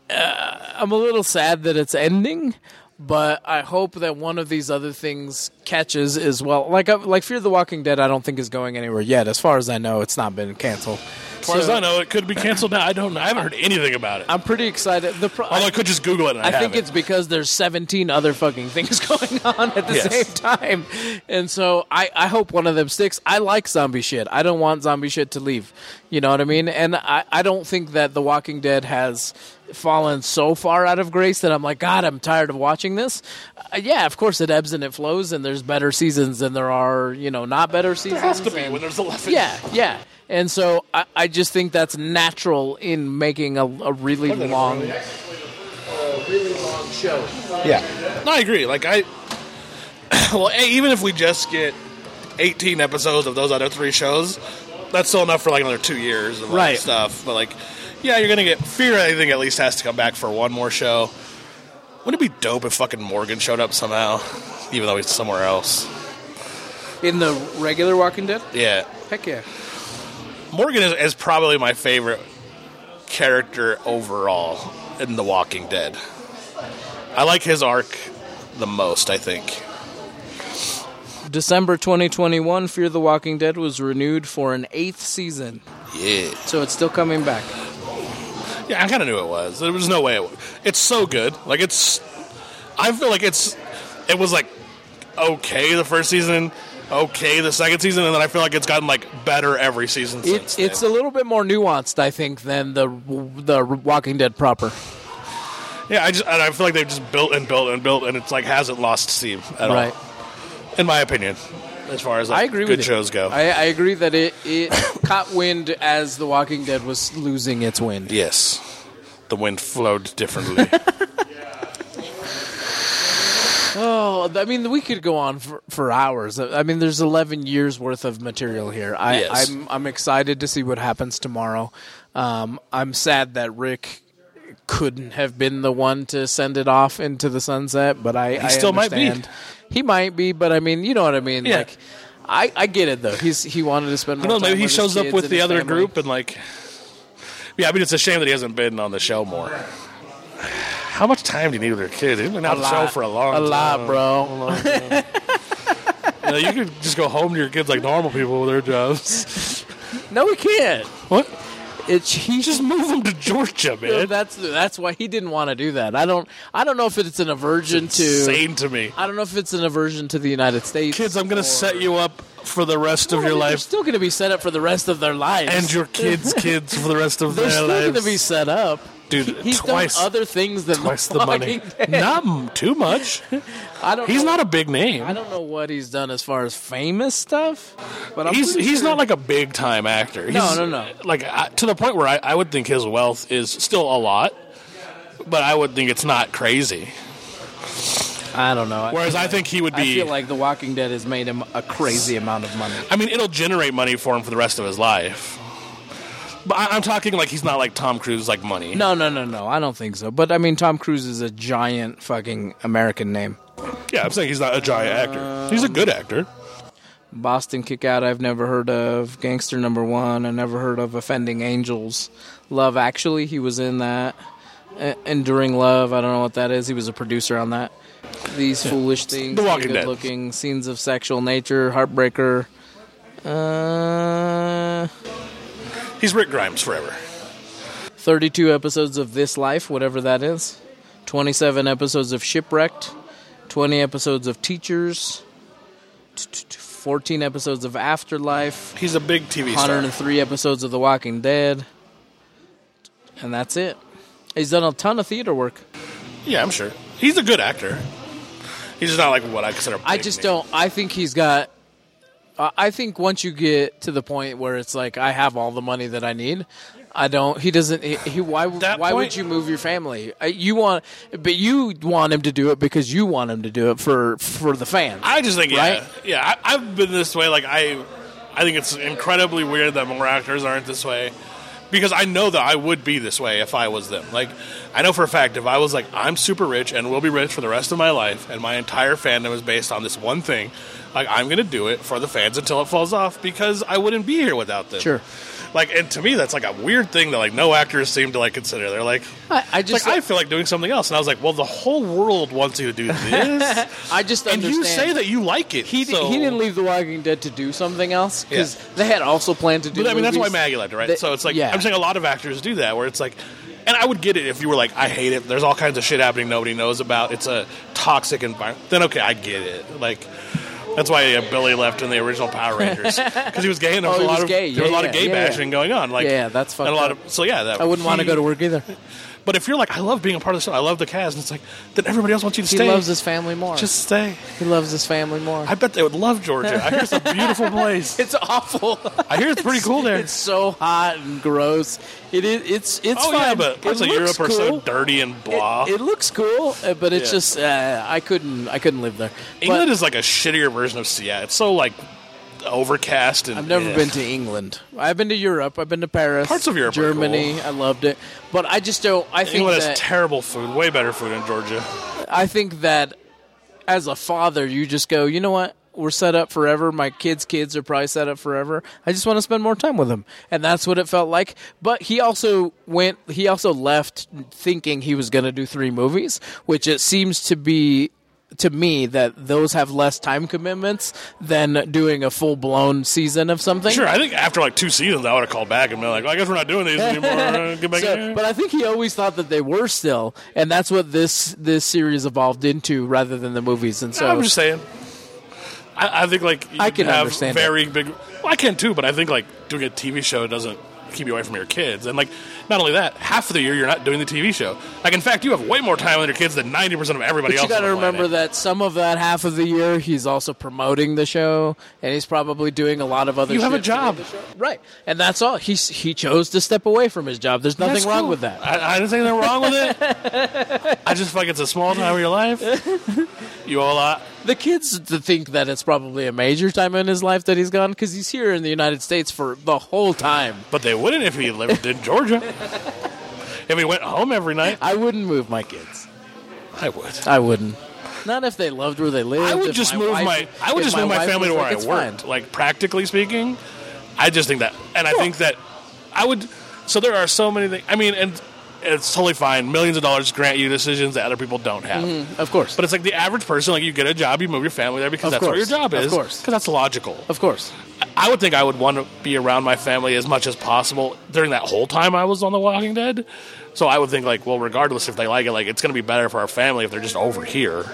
[SPEAKER 3] uh, I'm a little sad that it's ending, but I hope that one of these other things catches as well. Like, I, like Fear the Walking Dead, I don't think is going anywhere yet. As far as I know, it's not been canceled.
[SPEAKER 2] As far as I know, it could be canceled now. I don't know. I haven't heard anything about it.
[SPEAKER 3] I'm pretty excited. The pro-
[SPEAKER 2] Although I could just Google it. And I,
[SPEAKER 3] I think
[SPEAKER 2] haven't.
[SPEAKER 3] it's because there's 17 other fucking things going on at the
[SPEAKER 2] Yes.
[SPEAKER 3] same time. And so I, I hope one of them sticks. I like zombie shit. I don't want zombie shit to leave. You know what I mean? And I, I don't think that The Walking Dead has fallen so far out of grace that I'm like, God, I'm tired of watching this. Uh, yeah, of course it ebbs and it flows, and there's better seasons than there are, you know, not better seasons.
[SPEAKER 2] has to be
[SPEAKER 3] and-
[SPEAKER 2] when there's eleven.
[SPEAKER 3] yeah, yeah. And so I, I just think that's natural in making a, a really long.
[SPEAKER 2] No, I agree. Like I, well, hey, even if we just get eighteen episodes of those other three shows, that's still enough for like another two years of like,
[SPEAKER 3] Right.
[SPEAKER 2] stuff. But like, yeah, you're gonna get Fear. I think at least has to come back for one more show. Wouldn't it be dope if fucking Morgan showed up somehow, even though he's somewhere else?
[SPEAKER 3] In the regular Walking Dead?
[SPEAKER 2] Yeah,
[SPEAKER 3] Heck yeah.
[SPEAKER 2] Morgan is, is probably my favorite character overall in The Walking Dead. I like his arc the most, I think.
[SPEAKER 3] December 2021, Fear the Walking Dead was renewed for an eighth season.
[SPEAKER 2] Yeah.
[SPEAKER 3] So it's still coming back.
[SPEAKER 2] Yeah, I kind of knew it was. There was no way it was. It's so good. Like, it's. I feel like it's. It was like okay the first season, okay the second season, and then I feel like it's gotten like better every season since.
[SPEAKER 3] It, it's a little bit more nuanced, I think, than the the Walking Dead proper.
[SPEAKER 2] then. yeah, I just and I feel like they've just built and built and built, and it's like hasn't lost steam at
[SPEAKER 3] Right.
[SPEAKER 2] all, in my opinion. As far as like,
[SPEAKER 3] I agree
[SPEAKER 2] good
[SPEAKER 3] with you.
[SPEAKER 2] shows go,
[SPEAKER 3] I, I agree that it, it caught wind as The Walking Dead was losing its wind.
[SPEAKER 2] Yes. The wind flowed differently.
[SPEAKER 3] Oh, I mean, we could go on for, for hours. I mean, there's 11 years worth of material here. I,
[SPEAKER 6] Yes.
[SPEAKER 3] I'm I'm excited to see what happens tomorrow. Um, I'm sad that Rick couldn't have been the one to send it off into the sunset, but I I
[SPEAKER 2] still might be.
[SPEAKER 3] understand. He might be, but I mean, you know what I mean.
[SPEAKER 2] Yeah.
[SPEAKER 3] Like, I, I get it though. He's he wanted to spend.
[SPEAKER 2] I
[SPEAKER 3] More
[SPEAKER 2] don't
[SPEAKER 3] time
[SPEAKER 2] know. Maybe he
[SPEAKER 3] with his
[SPEAKER 2] shows up
[SPEAKER 3] kids
[SPEAKER 2] with
[SPEAKER 3] and
[SPEAKER 2] the
[SPEAKER 3] his
[SPEAKER 2] other
[SPEAKER 3] family.
[SPEAKER 2] group and like. Yeah, I mean it's a shame that he hasn't been on the show more. How much time do you need with your kids? He's been on the show
[SPEAKER 3] lot.
[SPEAKER 2] for a long
[SPEAKER 3] A
[SPEAKER 2] time.
[SPEAKER 3] lot, bro.
[SPEAKER 2] You, know, you could just go home to your kids like normal people with their jobs.
[SPEAKER 3] No, he can't.
[SPEAKER 2] What?
[SPEAKER 3] It's he
[SPEAKER 2] Just move them to Georgia, man.
[SPEAKER 3] Yeah, that's that's why he didn't want to do that. I don't I don't know if it's an aversion to
[SPEAKER 2] Insane to me.
[SPEAKER 3] I don't know if it's an aversion to the United States.
[SPEAKER 2] Kids, I'm going to set you up for the rest of
[SPEAKER 3] I mean,
[SPEAKER 2] your
[SPEAKER 3] They're
[SPEAKER 2] life
[SPEAKER 3] still going to be set up for the rest of their lives.
[SPEAKER 2] and your kids' kids for the rest of
[SPEAKER 3] they're
[SPEAKER 2] their
[SPEAKER 3] still
[SPEAKER 2] lives.
[SPEAKER 3] going to be set up.
[SPEAKER 2] Dude,
[SPEAKER 3] He- he's
[SPEAKER 2] twice-
[SPEAKER 3] done other things than
[SPEAKER 2] Twice the money.
[SPEAKER 3] Walking Dead.
[SPEAKER 2] Not m- too much.
[SPEAKER 3] I don't.
[SPEAKER 2] He's
[SPEAKER 3] know,
[SPEAKER 2] not a big
[SPEAKER 3] I
[SPEAKER 2] name.
[SPEAKER 3] don't know what he's done as far as famous stuff, but I'm
[SPEAKER 2] He's
[SPEAKER 3] pretty
[SPEAKER 2] he's
[SPEAKER 3] sure-
[SPEAKER 2] not like a big time actor.
[SPEAKER 3] No,
[SPEAKER 2] He's-
[SPEAKER 3] no, no.
[SPEAKER 2] Like I, to the point where I, I would think his wealth is still a lot, but I would think it's not crazy.
[SPEAKER 3] I don't know.
[SPEAKER 2] Whereas I think he would
[SPEAKER 3] I
[SPEAKER 2] be.
[SPEAKER 3] feel like The Walking Dead has made him a crazy amount of money.
[SPEAKER 2] I mean, it'll generate money for him for the rest of his life. But I, I'm talking like he's not like Tom Cruise, like money.
[SPEAKER 3] No, no, no, no. I don't think so. But I mean, Tom Cruise is a giant fucking American name.
[SPEAKER 2] Yeah, I'm saying he's not a giant actor. He's a good actor.
[SPEAKER 3] Boston Kick Out, I've never heard of. Gangster Number One, I never heard of. Offending Angels, Love Actually, he was in that. E- Enduring Love, I don't know what that is. He was a producer on that. These Foolish Things,
[SPEAKER 2] The Walking Dead.
[SPEAKER 3] Good Looking, Scenes of Sexual Nature, Heartbreaker. Uh,
[SPEAKER 2] He's Rick Grimes forever.
[SPEAKER 3] 32 episodes of This Life, whatever that is. 27 episodes of Shipwrecked. 20 episodes of Teachers. t- t- t- 14 episodes of Afterlife.
[SPEAKER 2] He's a big TV star.
[SPEAKER 3] 103 episodes of The Walking Dead, and that's it. He's done a ton of theater work.
[SPEAKER 2] Yeah, I'm sure. He's a good actor. He's just not like what I consider. a
[SPEAKER 3] I
[SPEAKER 2] big
[SPEAKER 3] just
[SPEAKER 2] name.
[SPEAKER 3] don't. I think he's got. I I think once you get to the point where it's like I have all the money that I need, I don't. He doesn't. He, he why?
[SPEAKER 2] That
[SPEAKER 3] Why
[SPEAKER 2] point-
[SPEAKER 3] would you move your family? Uh, You want, but you want him to do it because you want him to do it for for the fans.
[SPEAKER 2] I just think
[SPEAKER 3] Right?
[SPEAKER 2] yeah, yeah. I, I've been this way. Like I, I think it's incredibly weird that more actors aren't this way, because I know that I would be this way if I was them. Like I know for a fact if I was like I'm super rich and will be rich for the rest of my life, and my entire fandom is based on this one thing. Like I'm gonna do it for the fans until it falls off because I wouldn't be here without them.
[SPEAKER 3] Sure.
[SPEAKER 2] Like and to me that's like a weird thing that like no actors seem to like consider. They're like,
[SPEAKER 3] I, I
[SPEAKER 2] it's
[SPEAKER 3] just.
[SPEAKER 2] like I feel like doing something else, and I was like, well, the whole world wants you to do this,
[SPEAKER 3] I, just
[SPEAKER 2] and
[SPEAKER 3] understand.
[SPEAKER 2] you say that you like it.
[SPEAKER 3] He,
[SPEAKER 2] so-
[SPEAKER 3] he didn't leave The Walking Dead to do something else because
[SPEAKER 2] Yeah.
[SPEAKER 3] they had also planned to do.
[SPEAKER 2] But I mean, that's why
[SPEAKER 3] movies.
[SPEAKER 2] Maggie left, right?
[SPEAKER 3] That-
[SPEAKER 2] so it's like
[SPEAKER 3] yeah.
[SPEAKER 2] I'm saying a lot of actors do that, where it's like, and I would get it if you were like, I hate it. There's all kinds of shit happening nobody knows about. It's a toxic environment. Then okay, I get it. Like. That's why uh, Billy left in the original Power Rangers because he was gay and there was
[SPEAKER 3] Oh,
[SPEAKER 2] a
[SPEAKER 3] he
[SPEAKER 2] lot
[SPEAKER 3] was
[SPEAKER 2] of
[SPEAKER 3] gay.
[SPEAKER 2] there was a
[SPEAKER 3] Yeah,
[SPEAKER 2] lot of
[SPEAKER 3] yeah,
[SPEAKER 2] gay
[SPEAKER 3] yeah, yeah.
[SPEAKER 2] bashing going on. Like
[SPEAKER 3] Yeah, that's
[SPEAKER 2] and a
[SPEAKER 3] fucked
[SPEAKER 2] lot
[SPEAKER 3] up.
[SPEAKER 2] of so yeah. That,
[SPEAKER 3] I wouldn't want to
[SPEAKER 2] he-
[SPEAKER 3] go to work either.
[SPEAKER 2] But if you're like, I love being a part of the show. I love the cast. And it's like then everybody else wants you to
[SPEAKER 3] He
[SPEAKER 2] stay.
[SPEAKER 3] loves his family more.
[SPEAKER 2] Just stay.
[SPEAKER 3] he loves his family more.
[SPEAKER 2] I bet they would love Georgia. I hear it's a beautiful place.
[SPEAKER 3] it's awful.
[SPEAKER 2] I hear it's pretty cool there.
[SPEAKER 3] It's so hot and gross. It is. It's. It's.
[SPEAKER 2] oh
[SPEAKER 3] fine.
[SPEAKER 2] yeah, but
[SPEAKER 3] It
[SPEAKER 2] parts of
[SPEAKER 3] looks
[SPEAKER 2] Europe are so
[SPEAKER 3] cool.
[SPEAKER 2] dirty and blah.
[SPEAKER 3] It, it looks cool, uh, but it's
[SPEAKER 2] Yeah.
[SPEAKER 3] just uh, I couldn't. I couldn't live there.
[SPEAKER 2] England
[SPEAKER 3] but
[SPEAKER 2] is like a shittier version of Seattle. It's so like overcast and
[SPEAKER 3] I've never
[SPEAKER 2] yeah.
[SPEAKER 3] been to England. I've been to Europe. I've been to Paris.
[SPEAKER 2] Parts of Europe are
[SPEAKER 3] Germany.
[SPEAKER 2] cool.
[SPEAKER 3] I loved it, but I just don't. I think
[SPEAKER 2] England
[SPEAKER 3] that
[SPEAKER 2] has terrible food, way better food in Georgia.
[SPEAKER 3] I think that as a father, you just go, you know what? We're set up forever. My kids' kids are probably set up forever. I just want to spend more time with them, and that's what it felt like. But he also went. He also left thinking he was going to do three movies, which it seems to be to me that those have less time commitments than doing a full blown season of something.
[SPEAKER 2] Sure, I think after like two seasons, I would have called back and been like, well, "I guess we're not doing these anymore. Uh, Get back
[SPEAKER 3] So-
[SPEAKER 2] in here."
[SPEAKER 3] but I think he always thought that they were still, and that's what this this series evolved into, rather than the movies. And so
[SPEAKER 2] I'm just saying. I, I think like you
[SPEAKER 3] I can
[SPEAKER 2] have
[SPEAKER 3] understand
[SPEAKER 2] very big. Well, I can too, but I think like doing a TV show doesn't keep you away from your kids, and like Not only that, half of the year you're not doing the TV show. Like, in fact, you have way more time with your kids than 90% of everybody
[SPEAKER 3] But
[SPEAKER 2] else.
[SPEAKER 3] you got to
[SPEAKER 2] on the
[SPEAKER 3] remember
[SPEAKER 2] planet.
[SPEAKER 3] that some of that half of the year he's also promoting the show, and he's probably doing a lot of other.
[SPEAKER 2] You have a
[SPEAKER 3] shit for
[SPEAKER 2] job.
[SPEAKER 3] the show. right? And that's all. He he chose to step away from his job. There's nothing
[SPEAKER 2] That's
[SPEAKER 3] wrong
[SPEAKER 2] cool.
[SPEAKER 3] with that.
[SPEAKER 2] I, I didn't say anything wrong with it. I just feel like it's a small time of your life. You all are.
[SPEAKER 3] The kids to think that it's probably a major time in his life that he's gone because he's here in the United States for the whole time.
[SPEAKER 2] But they wouldn't if he lived in Georgia. If he went home every night,
[SPEAKER 3] I wouldn't move my kids.
[SPEAKER 2] I would.
[SPEAKER 3] I wouldn't. Not if they loved where they lived.
[SPEAKER 2] I would
[SPEAKER 3] if
[SPEAKER 2] just move
[SPEAKER 3] wife-
[SPEAKER 2] my. I would
[SPEAKER 3] if
[SPEAKER 2] just move my
[SPEAKER 3] wife
[SPEAKER 2] family to
[SPEAKER 3] was
[SPEAKER 2] where
[SPEAKER 3] like,
[SPEAKER 2] I
[SPEAKER 3] "It's
[SPEAKER 2] worked.
[SPEAKER 3] fine."
[SPEAKER 2] Like practically speaking, I just think that, and I think that I would. So there are so many things. I mean, and it's totally fine. Millions of dollars grant you decisions that other people don't have.
[SPEAKER 3] Of course,
[SPEAKER 2] But it's like the average person, like you get a job, you move your family there because
[SPEAKER 3] Of
[SPEAKER 2] that's where your
[SPEAKER 3] course.
[SPEAKER 2] job
[SPEAKER 3] Of
[SPEAKER 2] is.
[SPEAKER 3] course.
[SPEAKER 2] because that's logical.
[SPEAKER 3] of course.
[SPEAKER 2] I would think I would want to be around my family as much as possible during that whole time I was on The Walking Dead. So I would think like, well, regardless if they like it, like it's going to be better for our family if they're just over here.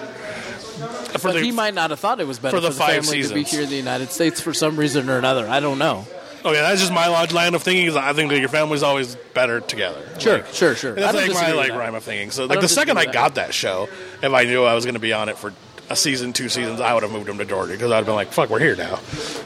[SPEAKER 2] For
[SPEAKER 3] But he might not have thought it was better
[SPEAKER 2] for the
[SPEAKER 3] for the,
[SPEAKER 2] five
[SPEAKER 3] family to be
[SPEAKER 2] seasons.
[SPEAKER 3] here in the United States for some reason or another. I don't know.
[SPEAKER 2] okay, Oh, that's just my log- line of thinking. Is I think that your family's always better together.
[SPEAKER 3] Sure,
[SPEAKER 2] Like,
[SPEAKER 3] sure, sure.
[SPEAKER 2] That's
[SPEAKER 3] I don't
[SPEAKER 2] like
[SPEAKER 3] disagree
[SPEAKER 2] my
[SPEAKER 3] with
[SPEAKER 2] like
[SPEAKER 3] that.
[SPEAKER 2] rhyme of thinking. So like
[SPEAKER 3] don't
[SPEAKER 2] the second I
[SPEAKER 3] disagree
[SPEAKER 2] got
[SPEAKER 3] with
[SPEAKER 2] that show, if I knew I was going to be on it for a season, two seasons, I would have moved them to Georgia because I'd have been like, fuck, we're here now.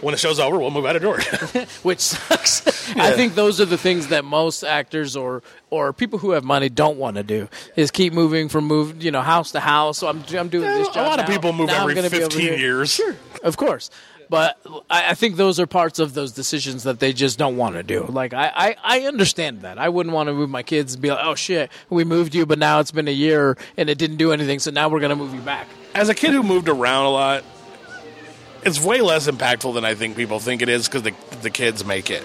[SPEAKER 2] When the show's over, we'll move out of Georgia.
[SPEAKER 3] which sucks. I think those are the things that most actors or or people who have money don't want to do is keep moving from move you know house to house. So I'm I'm doing this
[SPEAKER 2] a
[SPEAKER 3] job.
[SPEAKER 2] lot of
[SPEAKER 3] now.
[SPEAKER 2] people move
[SPEAKER 3] Now I'm
[SPEAKER 2] every
[SPEAKER 3] gonna be over
[SPEAKER 2] 15
[SPEAKER 3] here.
[SPEAKER 2] years.
[SPEAKER 3] Sure, of course. But I I think those are parts of those decisions that they just don't want to do. Like I, I, I understand that. I wouldn't want to move my kids and be like, "Oh shit, we moved you, but now it's been a year and it didn't do anything, so now we're gonna move you back."
[SPEAKER 2] as a kid who moved around a lot, it's way less impactful than I think people think it is because the, the kids make it.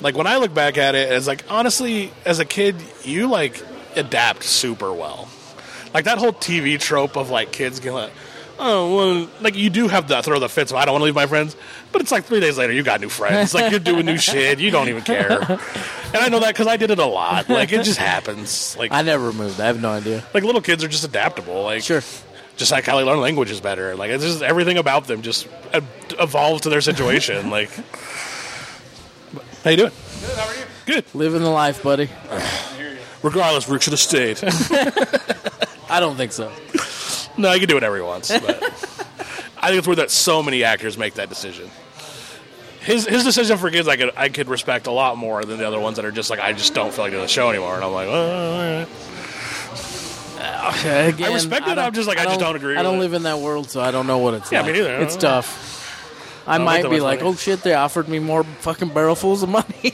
[SPEAKER 2] Like when I look back at it, it's like honestly, as a kid, you like adapt super well. Like that whole TV trope of like kids getting like, oh well, like you do have to throw the fits. I don't want to leave my friends, but it's like three days later, you got new friends. Like you're doing new shit. You don't even care. And I know that because I did it a lot. Like it just happens. Like
[SPEAKER 3] I never moved. I have no idea.
[SPEAKER 2] like little kids are just adaptable. Like
[SPEAKER 3] Sure.
[SPEAKER 2] just like how they learn languages better. Like it's just everything about them just e- evolved to their situation. like how you doing?
[SPEAKER 3] Living the life, buddy.
[SPEAKER 2] Regardless, Rook should have stayed.
[SPEAKER 3] I don't think so.
[SPEAKER 2] no, you can do whatever he wants. But I think it's weird that so many actors make that decision. His his decision for kids, I could I could respect a lot more than the other ones that are just like I just don't feel like doing the show anymore. And I'm like, oh, all right.
[SPEAKER 3] Again,
[SPEAKER 2] I respect it,
[SPEAKER 3] don't-
[SPEAKER 2] I'm just like, I just don't agree
[SPEAKER 3] I don't
[SPEAKER 2] with it.
[SPEAKER 3] live in that world, so I don't know what it's
[SPEAKER 2] Yeah,
[SPEAKER 3] like.
[SPEAKER 2] me neither. I
[SPEAKER 3] It's
[SPEAKER 2] don't know.
[SPEAKER 3] tough. I
[SPEAKER 2] don't
[SPEAKER 3] might
[SPEAKER 2] think
[SPEAKER 3] be
[SPEAKER 2] that was
[SPEAKER 3] like,
[SPEAKER 2] funny.
[SPEAKER 3] oh shit, they offered me more fucking barrelfuls of money.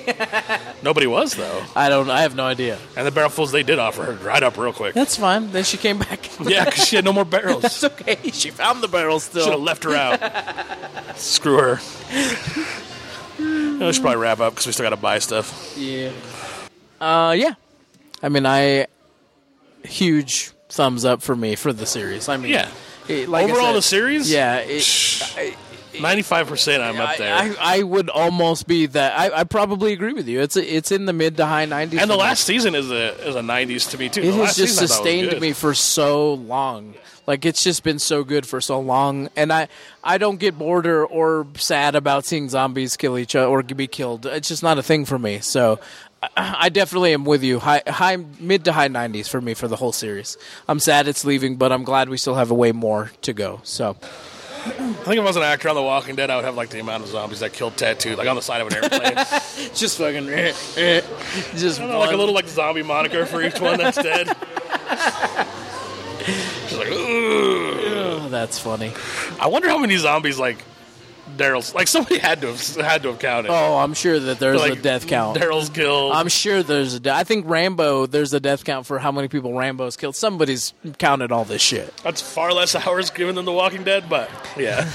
[SPEAKER 2] nobody was though.
[SPEAKER 3] I don't. I have no idea.
[SPEAKER 2] And the barrelfuls they did offer her dried up real quick.
[SPEAKER 3] That's fine. Then she came back.
[SPEAKER 2] yeah, because she had no more barrels.
[SPEAKER 3] That's okay. She found the barrel
[SPEAKER 2] Should
[SPEAKER 3] still.
[SPEAKER 2] have left her out. Screw her. I should probably wrap up because we still got to buy stuff.
[SPEAKER 3] Yeah. Uh, yeah. I mean, I huge thumbs up for me for the series. I mean,
[SPEAKER 2] Yeah.
[SPEAKER 3] it- like I
[SPEAKER 2] Overall,
[SPEAKER 3] said-
[SPEAKER 2] the series?
[SPEAKER 3] Yeah. It,
[SPEAKER 2] Ninety-five percent, I'm up there.
[SPEAKER 3] I, I, I would almost be that. I, I probably agree with you. It's it's in the mid to high nineties.
[SPEAKER 2] and the last season is a is a nineties to me too.
[SPEAKER 3] It
[SPEAKER 2] the
[SPEAKER 3] has
[SPEAKER 2] last season I
[SPEAKER 3] just
[SPEAKER 2] thought was
[SPEAKER 3] sustained
[SPEAKER 2] good.
[SPEAKER 3] me for so long. Like it's just been so good for so long, and I I don't get bored or, or sad about seeing zombies kill each other or be killed. It's just not a thing for me. So I, I definitely am with you. High high mid to high nineties for me for the whole series. I'm sad it's leaving, but I'm glad we still have a way more to go. So
[SPEAKER 2] I think if I was an actor on The Walking Dead, I would have like the amount of zombies that killed tattooed, like on the side of an airplane,
[SPEAKER 3] just fucking just
[SPEAKER 2] like a
[SPEAKER 3] one-
[SPEAKER 2] little like zombie moniker for each one that's dead. Just like, "Ugh."
[SPEAKER 3] Oh, that's funny.
[SPEAKER 2] I wonder how many zombies like Daryl's like somebody had to have had to have counted.
[SPEAKER 3] Oh, I'm sure that there's
[SPEAKER 2] like
[SPEAKER 3] a death count.
[SPEAKER 2] Daryl's killed.
[SPEAKER 3] I'm sure there's a. de- I think Rambo. There's a death count for how many people Rambo's killed. Somebody's counted all this shit.
[SPEAKER 2] That's far less hours given than The Walking Dead, but yeah.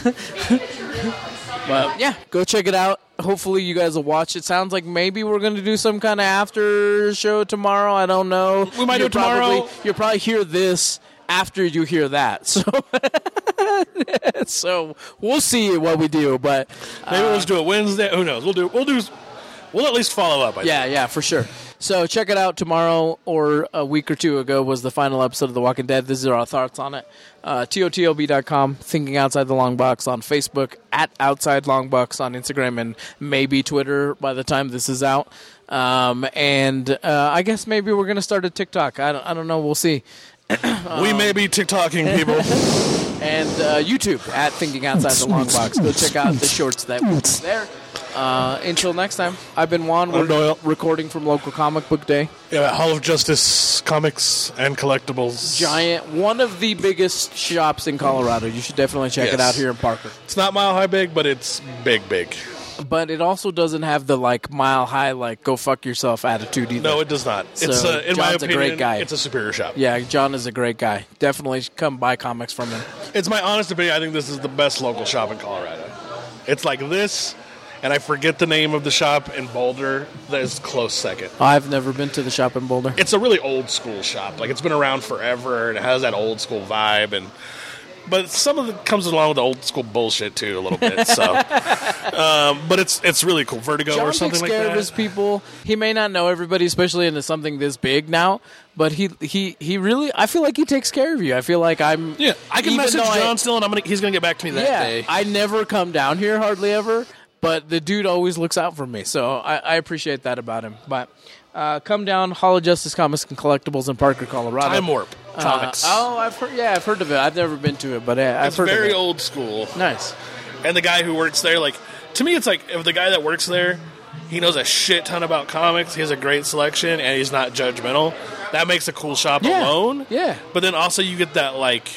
[SPEAKER 3] But yeah, go check it out. Hopefully you guys will watch. It sounds like maybe we're going to do some kind of after show tomorrow. I don't know.
[SPEAKER 2] We might do
[SPEAKER 3] You'll
[SPEAKER 2] it tomorrow.
[SPEAKER 3] Probably, you'll probably hear this after you hear that. So. So we'll see what we do, but
[SPEAKER 2] Maybe we'll just do it Wednesday. Who knows? We'll do. We'll do. We'll at least follow up. I
[SPEAKER 3] Yeah, yeah, for sure. So check it out tomorrow or a week or two ago was the final episode of The Walking Dead. This is our thoughts on it. Uh, TOTLB.com, Thinking Outside the Long Box on Facebook, at Outside Long Box on Instagram, and maybe Twitter by the time this is out. Um, and uh, I guess maybe we're gonna start a TikTok. I don't, I don't know. We'll see.
[SPEAKER 2] we may be TikToking people.
[SPEAKER 3] And uh, YouTube at Thinking Outside the Long Box. Go check out the shorts that were there. Uh, until next time, I've been Juan. We're
[SPEAKER 2] I'm Doyle.
[SPEAKER 3] recording from local comic book day.
[SPEAKER 2] yeah, Hall of Justice comics and collectibles.
[SPEAKER 3] Giant, one of the biggest shops in Colorado. You should definitely check it
[SPEAKER 2] Yes.
[SPEAKER 3] out here in Parker.
[SPEAKER 2] It's not mile high big, but it's big, big.
[SPEAKER 3] But it also doesn't have the like mile high, like go fuck yourself attitude either.
[SPEAKER 2] No, it does not. it's
[SPEAKER 3] So,
[SPEAKER 2] uh, in my
[SPEAKER 3] John's a
[SPEAKER 2] opinion,
[SPEAKER 3] great guy.
[SPEAKER 2] it's a superior shop.
[SPEAKER 3] yeah, John is a great guy. Definitely come buy comics from him.
[SPEAKER 2] It's my honest opinion. I think this is the best local shop in Colorado. It's like this, and I forget the name of the shop in Boulder. That is close second.
[SPEAKER 3] I've never been to the shop in Boulder.
[SPEAKER 2] It's a really old school shop. Like it's been around forever, and it has that old school vibe. And but some of it comes along with the old school bullshit too, a little bit. So, um, but it's it's really cool. Vertigo
[SPEAKER 3] John
[SPEAKER 2] or
[SPEAKER 3] takes
[SPEAKER 2] something like
[SPEAKER 3] care
[SPEAKER 2] that.
[SPEAKER 3] of his people. He may not know everybody, especially into something this big now, but he he he really. I feel like he takes care of you. I feel like I'm.
[SPEAKER 2] yeah, I can
[SPEAKER 3] even
[SPEAKER 2] message
[SPEAKER 3] though I-
[SPEAKER 2] John still, and I'm gonna, he's gonna get back to me that
[SPEAKER 3] yeah,
[SPEAKER 2] day.
[SPEAKER 3] I never come down here hardly ever, but the dude always looks out for me, so I, I appreciate that about him. But uh, come down, Hall of Justice Comics and Collectibles in Parker, Colorado.
[SPEAKER 2] Time Warp
[SPEAKER 3] Uh,
[SPEAKER 2] Comics.
[SPEAKER 3] oh, I've heard. Yeah, I've heard of it. I've never been to it, but uh, I've
[SPEAKER 2] it's
[SPEAKER 3] heard
[SPEAKER 2] very
[SPEAKER 3] of it.
[SPEAKER 2] old school.
[SPEAKER 3] Nice.
[SPEAKER 2] And the guy who works there, like to me, it's like if the guy that works there, he knows a shit ton about comics. He has a great selection, and he's not judgmental. That makes a cool shop
[SPEAKER 3] Yeah.
[SPEAKER 2] alone.
[SPEAKER 3] Yeah.
[SPEAKER 2] But then also you get that like.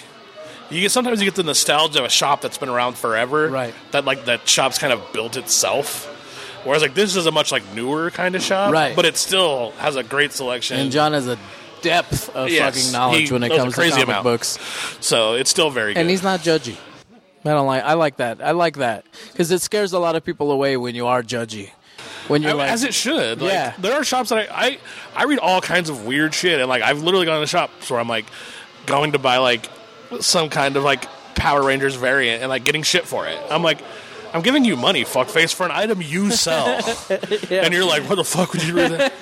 [SPEAKER 2] You get sometimes you get the nostalgia of a shop that's been around forever,
[SPEAKER 3] Right.
[SPEAKER 2] That like that shop's kind of built itself. Whereas like this is a much like newer kind of shop,
[SPEAKER 3] Right.
[SPEAKER 2] But it still has a great selection,
[SPEAKER 3] And John has a depth of
[SPEAKER 2] Yes,
[SPEAKER 3] fucking knowledge
[SPEAKER 2] he
[SPEAKER 3] when it
[SPEAKER 2] knows a
[SPEAKER 3] comes to
[SPEAKER 2] crazy
[SPEAKER 3] comic
[SPEAKER 2] amount.
[SPEAKER 3] books.
[SPEAKER 2] so it's still very good.
[SPEAKER 3] and he's not judgy. I don't like. I like that. I like that because it scares a lot of people away when you are judgy. When you're
[SPEAKER 2] I mean,
[SPEAKER 3] like,
[SPEAKER 2] as it should. Like,
[SPEAKER 3] Yeah.
[SPEAKER 2] There are shops that I, I I read all kinds of weird shit, and like I've literally gone to shops where I'm like going to buy like some kind of like Power Rangers variant and like getting shit for it. I'm like. I'm giving you money, fuckface, for an item you sell, and you're like, "What the fuck would you do that?"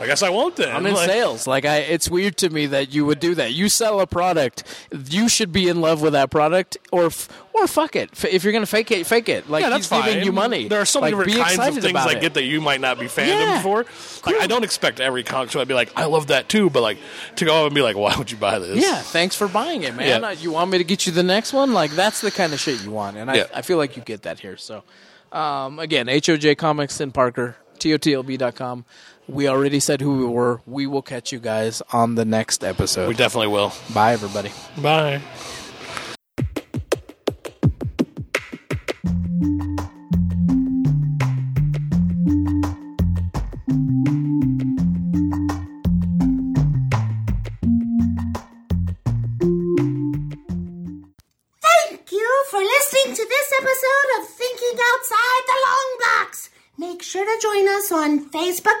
[SPEAKER 2] I guess I won't then.
[SPEAKER 3] I'm in
[SPEAKER 2] Like,
[SPEAKER 3] sales. Like, I, it's weird to me that you would do that. You sell a product, you should be in love with that product, or f- or fuck it. F- if you're gonna fake it, fake it. Like,
[SPEAKER 2] Yeah, that's
[SPEAKER 3] he's
[SPEAKER 2] fine.
[SPEAKER 3] giving you money.
[SPEAKER 2] There are so many
[SPEAKER 3] Like, be
[SPEAKER 2] different kinds
[SPEAKER 3] excited
[SPEAKER 2] of things
[SPEAKER 3] about
[SPEAKER 2] I
[SPEAKER 3] it.
[SPEAKER 2] get that you might not be fandom
[SPEAKER 3] Yeah.
[SPEAKER 2] for. Like, I don't expect every comic shop to be like, "I love that too," but like to go up and be like, "Why would you buy this?"
[SPEAKER 3] Yeah, thanks for buying it, man.
[SPEAKER 2] Yeah.
[SPEAKER 3] Uh, You want me to get you the next one? Like that's the kind of shit you want, and I,
[SPEAKER 2] Yeah.
[SPEAKER 3] I feel like you get that here. So, um, again, HOJ Comics in Parker, totlb.com. We already said who we were. We will catch you guys on the next episode.
[SPEAKER 2] we definitely will.
[SPEAKER 3] Bye, everybody.
[SPEAKER 2] Bye.
[SPEAKER 6] Thank you for listening to this episode of Thinking Outside the Long Box. Make sure to join us on Facebook,